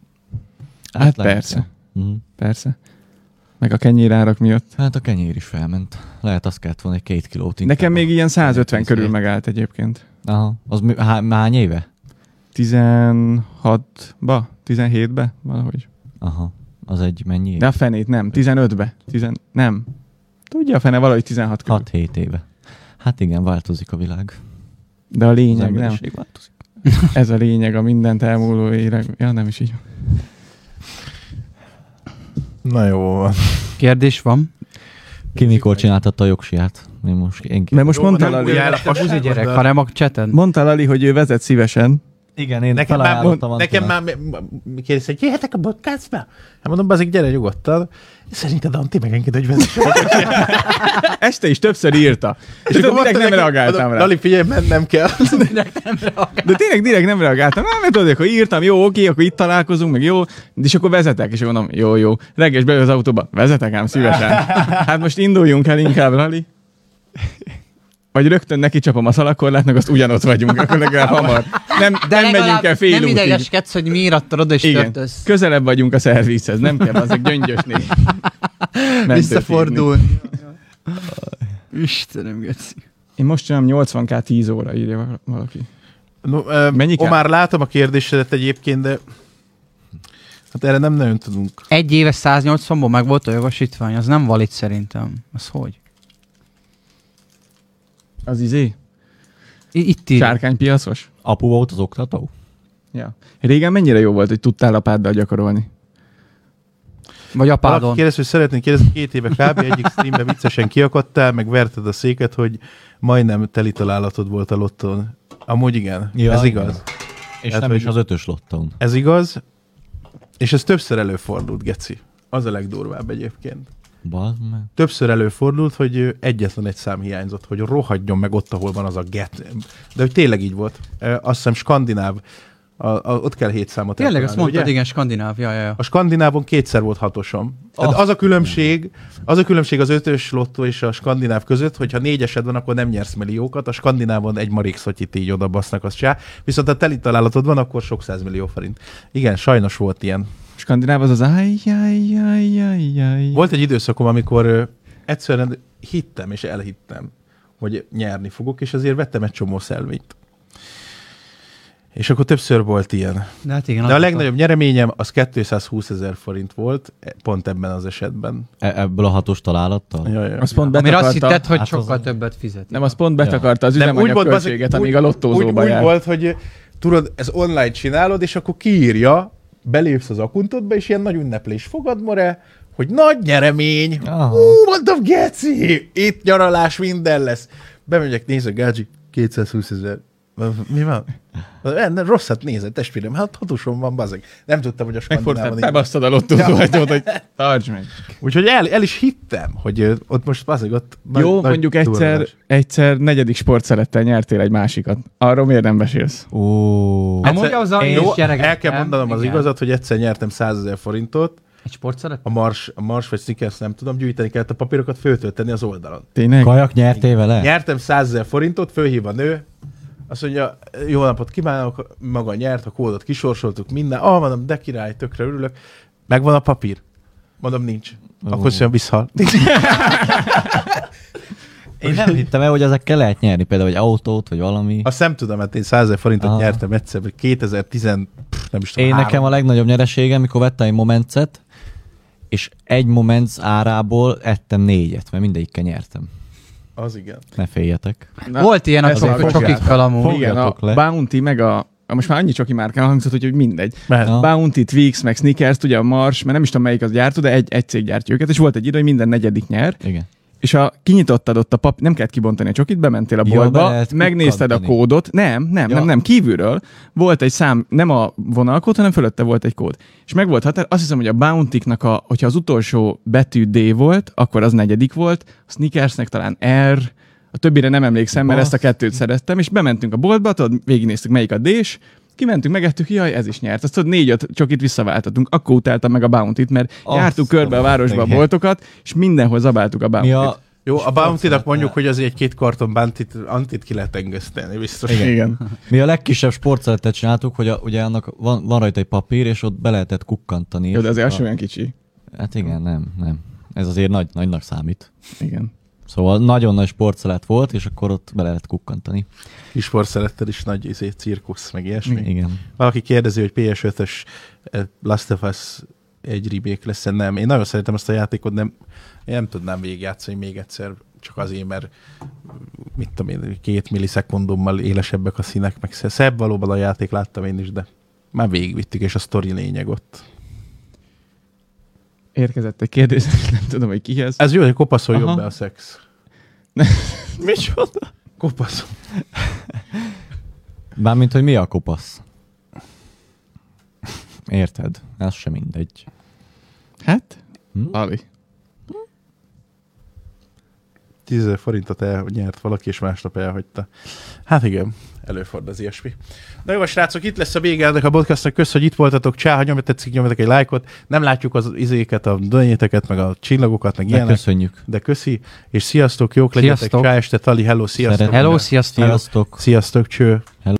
[SPEAKER 3] Hát
[SPEAKER 2] lehet,
[SPEAKER 3] persze.
[SPEAKER 2] ja. Mhm.
[SPEAKER 3] Persze. Meg a kenyérárak miatt.
[SPEAKER 2] Hát a kenyér is felment. Lehet, az kellett volna egy két kilót. inkább.
[SPEAKER 3] Nekem még ilyen 150 körül
[SPEAKER 2] Ezért.
[SPEAKER 3] megállt egyébként.
[SPEAKER 2] Aha. Az mi, há, hány éve?
[SPEAKER 3] 16-ba? 17-be? Valahogy.
[SPEAKER 2] Aha. Az egy mennyi
[SPEAKER 3] De
[SPEAKER 2] éve?
[SPEAKER 3] a fenét nem. 15-be. Tizen... Nem. Tudja a fene, valahogy 16 körül.
[SPEAKER 2] 6-7 éve. Hát igen, változik a világ.
[SPEAKER 3] De a
[SPEAKER 2] Az
[SPEAKER 3] lényeg nem.
[SPEAKER 2] emberiség változik.
[SPEAKER 3] Ez a lényeg a mindent elmúló érek. Ja, nem is így. van.
[SPEAKER 1] Na jó van.
[SPEAKER 4] Kérdés van.
[SPEAKER 2] Ki mikor csináltatta a jogsiját? Én most én
[SPEAKER 3] Mert most
[SPEAKER 1] Jó,
[SPEAKER 3] mondta
[SPEAKER 1] nem
[SPEAKER 3] Lali,
[SPEAKER 1] újra- Jár a
[SPEAKER 4] Te buzi
[SPEAKER 1] fasságba,
[SPEAKER 4] gyerek,
[SPEAKER 1] de-
[SPEAKER 4] hanem a cseten.
[SPEAKER 3] mondta Lali, hogy ő vezet szívesen.
[SPEAKER 2] Igen, én
[SPEAKER 1] Nekem már,
[SPEAKER 2] felajánlottam
[SPEAKER 1] mond, nekem
[SPEAKER 2] Antinak.
[SPEAKER 1] már kérdez, hogy jöhetek a podcastba? Hát mondom, bazik, gyere nyugodtan. Szerinted Antti meg enged, hogy vezesse.
[SPEAKER 3] Este is többször írta. És akkor direkt nem reagáltam rá.
[SPEAKER 1] Lali, figyelj, mennem kell.
[SPEAKER 3] De tényleg direkt nem reagáltam. Nem, mert tudod, akkor írtam, jó, oké, akkor itt találkozunk, meg jó. És akkor vezetek, és akkor mondom, jó, jó. Reggel is belül az autóba, vezetek ám szívesen. Hát most induljunk el inkább, Lali. Vagy rögtön neki csapom a szalakorlátnak, azt ugyanott vagyunk, akkor legalább hamar. Nem,
[SPEAKER 4] De
[SPEAKER 3] nem
[SPEAKER 4] legalább
[SPEAKER 3] megyünk el fél
[SPEAKER 4] Nem
[SPEAKER 3] útig.
[SPEAKER 4] idegeskedsz, hogy mi írattad oda és
[SPEAKER 3] Igen,
[SPEAKER 4] törtözsz.
[SPEAKER 3] közelebb vagyunk a szervizhez, nem kell azok gyöngyösni. Mentőt
[SPEAKER 4] Visszafordul.
[SPEAKER 3] hívni.
[SPEAKER 4] Istenem, geci.
[SPEAKER 3] Én most csinálom 80k 10 óra, írja val- valaki.
[SPEAKER 1] No, ö,
[SPEAKER 3] Mennyi kell?
[SPEAKER 1] Omar, látom a kérdésedet egyébként, de hát erre nem nagyon tudunk.
[SPEAKER 4] Egy éves 180-ból meg volt a jogosítvány, az nem valid szerintem. Az hogy?
[SPEAKER 3] Az izé?
[SPEAKER 4] I- Itt ír.
[SPEAKER 3] Sárkánypiacos?
[SPEAKER 2] Apu volt az oktató?
[SPEAKER 3] Ja. Régen mennyire jó volt, hogy tudtál lapáddal gyakorolni?
[SPEAKER 4] Vagy
[SPEAKER 1] Valaki
[SPEAKER 4] apádon.
[SPEAKER 1] kérdez, hogy szeretnénk kérdezni, két éve kb. egyik streamben viccesen kiakadtál, meg verted a széket, hogy majdnem teli találatod volt a lottón. Amúgy igen,
[SPEAKER 2] Ja,
[SPEAKER 1] ja, ez
[SPEAKER 2] igen.
[SPEAKER 1] igaz.
[SPEAKER 2] És
[SPEAKER 1] Hát,
[SPEAKER 2] nem
[SPEAKER 1] hogy-
[SPEAKER 2] is az ötös lottón.
[SPEAKER 1] Ez igaz, és ez többször előfordult, Geci. Az a legdurvább egyébként.
[SPEAKER 2] Bazd meg.
[SPEAKER 1] Többször előfordult, hogy ö, egyetlen egy szám hiányzott, hogy rohadjon meg ott, ahol van az a get. De hogy tényleg így volt. Ö, Azt hiszem skandináv, a, a, ott kell hét számot
[SPEAKER 4] Tényleg, azt
[SPEAKER 1] eltalálni,
[SPEAKER 4] mondtad,
[SPEAKER 1] ugye?
[SPEAKER 4] igen, skandináv. Ja, ja, ja.
[SPEAKER 1] A skandinávon kétszer volt hatosom. Tehát
[SPEAKER 2] Ah.
[SPEAKER 1] az a különbség, az a különbség az ötös lottó és a skandináv között, hogyha négyesed van, akkor nem nyersz milliókat, a skandinávon egy marék szotyit így oda basznak, azt csinál. Viszont ha teli találatod van, akkor sok százmillió forint. Igen, sajnos volt ilyen.
[SPEAKER 3] Skandináv az az ájjájjájjáj.
[SPEAKER 1] Volt egy időszakom, amikor ö, egyszerűen hittem és elhittem, hogy nyerni fogok, és ezért vettem egy csomó szelvényt. És akkor többször volt ilyen.
[SPEAKER 4] De hát igen.
[SPEAKER 1] De a
[SPEAKER 4] azok
[SPEAKER 1] legnagyobb nyereményem az 220 ezer forint volt, e- pont ebben az esetben.
[SPEAKER 2] E- ebből a hatos találattal?
[SPEAKER 1] Jaj, jaj.
[SPEAKER 3] Azt pont
[SPEAKER 4] Amire
[SPEAKER 3] betakarta.
[SPEAKER 4] azt hitted, hogy
[SPEAKER 2] Hát az-
[SPEAKER 4] sokkal többet fizet.
[SPEAKER 3] Nem, az pont betakarta az
[SPEAKER 1] Nem,
[SPEAKER 3] üzemanyag
[SPEAKER 1] bazd-
[SPEAKER 3] költséget, amíg a
[SPEAKER 1] úgy,
[SPEAKER 3] lottózóba
[SPEAKER 1] úgy
[SPEAKER 3] jár.
[SPEAKER 1] volt, hogy tudod, ez online csinálod, és akkor kiírja, belépsz az akuntodba, és ilyen nagy ünneplés fogad, more, hogy nagy nyeremény.
[SPEAKER 2] Aha.
[SPEAKER 1] Hú, mondom, geci, itt nyaralás, minden lesz. Bemegyek, nézek, Gácsi, 220 ezer. Mi van? Mondom, "Ne, Rosszat nézett, testvérem, hát hatosom van, bazeg. Nem tudtam, hogy a
[SPEAKER 3] Megfordítad,
[SPEAKER 1] skandinávon így-
[SPEAKER 3] bebasztad a lottózó ajtót, hogy tartsd meg.
[SPEAKER 1] Úgyhogy el, el, is hittem, hogy ö, ott most bazeg, ott nagy-
[SPEAKER 3] Jó,
[SPEAKER 1] nagy
[SPEAKER 3] mondjuk egyszer,
[SPEAKER 1] durranás.
[SPEAKER 3] egyszer negyedik sportszerettel nyertél egy másikat. Arról miért nem besélsz?
[SPEAKER 2] Ó,
[SPEAKER 4] Amúgy
[SPEAKER 1] Egyszer-
[SPEAKER 4] Hát az a
[SPEAKER 1] Jó,
[SPEAKER 4] is gyerek.
[SPEAKER 1] el kell
[SPEAKER 4] nem?
[SPEAKER 1] mondanom az
[SPEAKER 4] Igen.
[SPEAKER 1] igazat, hogy egyszer nyertem 100 ezer forintot,
[SPEAKER 4] Egy sportszeret?
[SPEAKER 1] a mars, a mars vagy Snickers, nem tudom, gyűjteni kellett a papírokat, föltölteni az oldalon.
[SPEAKER 3] Tényleg?
[SPEAKER 2] kajak nyertél vele?
[SPEAKER 1] Nyertem 100 ezer forintot, fölhív a nő, azt mondja, jó napot kívánok, maga nyert, a kódot kisorsoltuk, minden. Ah, mondom, de király, tökre örülök. Megvan a papír? Mondom, nincs. Akkor szóljon vissza.
[SPEAKER 2] Én nem hittem el, hogy ezekkel lehet nyerni, például egy autót, vagy valami.
[SPEAKER 1] Azt nem tudom, mert én 100 ezer forintot
[SPEAKER 2] Aha.
[SPEAKER 1] nyertem egyszer, vagy 2010, pff, nem is tudom,
[SPEAKER 2] Én
[SPEAKER 1] három.
[SPEAKER 2] nekem a legnagyobb nyereségem, mikor vettem egy momencet, és egy momenc árából ettem négyet, mert mindegyikkel nyertem.
[SPEAKER 1] Az igen.
[SPEAKER 2] Ne féljetek.
[SPEAKER 3] Na,
[SPEAKER 4] Volt ilyen,
[SPEAKER 3] ez
[SPEAKER 4] akkor
[SPEAKER 3] a
[SPEAKER 4] a csokikkal amúgy.
[SPEAKER 3] Igen, a
[SPEAKER 2] Fogjatok le.
[SPEAKER 3] Bounty meg a a- most már annyi csoki márkán hangzott, hogy hogy mindegy.
[SPEAKER 1] Mert
[SPEAKER 2] Na.
[SPEAKER 3] Bounty, Twix, meg Snickers, ugye a Mars, mert nem is tudom melyik az gyártó, de egy, egy cég gyártja őket, és volt egy idő, hogy minden negyedik nyer,
[SPEAKER 2] Igen.
[SPEAKER 3] és a, kinyitottad ott a pap, nem kellett kibontani a csokit, bementél a
[SPEAKER 2] Ja, be
[SPEAKER 3] boltba,
[SPEAKER 2] lehet
[SPEAKER 3] megnézted a
[SPEAKER 2] kukkantani.
[SPEAKER 3] kódot, nem, nem,
[SPEAKER 2] Ja.
[SPEAKER 3] nem, nem, kívülről volt egy szám, nem a vonalkód, hanem fölötte volt egy kód. És meg volt határ, azt hiszem, hogy a Bounty-nak, a, hogyha az utolsó betű D volt, akkor az negyedik volt, a Sneakersnek talán R, a többire nem emlékszem, mert ezt a kettőt szerettem, és bementünk a boltba, tudod, végignéztük, melyik a D-s, kimentünk, megettük, jaj, ez is nyert. Azt tudod, négy-öt csokit visszaváltottunk. Akkor utáltam meg a Bounty-t, mert
[SPEAKER 2] Azt
[SPEAKER 3] jártuk körbe a
[SPEAKER 2] a
[SPEAKER 3] városba a
[SPEAKER 2] mindenki.
[SPEAKER 3] boltokat, és mindenhol zabáltuk a
[SPEAKER 2] Mi
[SPEAKER 3] Bounty-t.
[SPEAKER 2] a...
[SPEAKER 1] Jó, a bounty mondjuk, hogy azért egy-két karton bounty antit ki lehet engeszteni, biztos.
[SPEAKER 3] Igen.
[SPEAKER 2] Mi a legkisebb sportszeletet csináltuk, hogy a, ugye annak van, van rajta egy papír, és ott be lehetett kukkantani.
[SPEAKER 3] Jó, de
[SPEAKER 2] és
[SPEAKER 3] azért az
[SPEAKER 2] a-
[SPEAKER 3] sem olyan kicsi.
[SPEAKER 2] Hát igen, nem, nem. Ez azért nagy, nagynak számít.
[SPEAKER 3] Igen.
[SPEAKER 2] Szóval nagyon nagy sportszelet volt, és akkor ott bele lehet kukkantani.
[SPEAKER 1] Kis porszelettel is nagy izé, cirkusz, meg ilyesmi.
[SPEAKER 2] Igen.
[SPEAKER 1] Valaki kérdezi, hogy PS5-ös eh, Last of Us egy remake lesz nem. Én nagyon szeretem ezt a játékot, nem, én nem tudnám végigjátszani még egyszer, csak azért, mert mit tudom én, két millisekundommal élesebbek a színek, meg sze- szebb valóban a játék, láttam én is, de már végigvittük, és a sztori lényeg ott.
[SPEAKER 3] Érkezett egy kérdés, nem tudom, hogy kihez.
[SPEAKER 1] Ez jó, hogy kopaszoljon
[SPEAKER 2] Aha.
[SPEAKER 1] be a szex.
[SPEAKER 3] Micsoda?
[SPEAKER 1] Kopaszol.
[SPEAKER 2] Bármint, hogy mi a kopasz? Érted? Ez sem mindegy.
[SPEAKER 3] Hát,
[SPEAKER 2] Hm?
[SPEAKER 3] Ali.
[SPEAKER 1] 10 000 forintot elnyert valaki, és másnap elhagyta. Hát igen, előfordul az ilyesmi. Na jó, a srácok, itt lesz a vége ennek a podcastnak. Kösz, hogy itt voltatok. Csá, ha nyomjatok, tetszik, nyomjatok egy lájkot. Nem látjuk az izéket, a dönyéteket, meg a csillagokat, meg
[SPEAKER 2] De
[SPEAKER 1] ilyenek.
[SPEAKER 2] köszönjük.
[SPEAKER 1] De köszi, és sziasztok, jók legyetek.
[SPEAKER 4] Sziasztok.
[SPEAKER 1] Csá este, Tali, hello, sziasztok.
[SPEAKER 2] Szeret-
[SPEAKER 4] Hello, sziasztok!
[SPEAKER 2] Sziasztok.
[SPEAKER 1] Sziasztok, cső.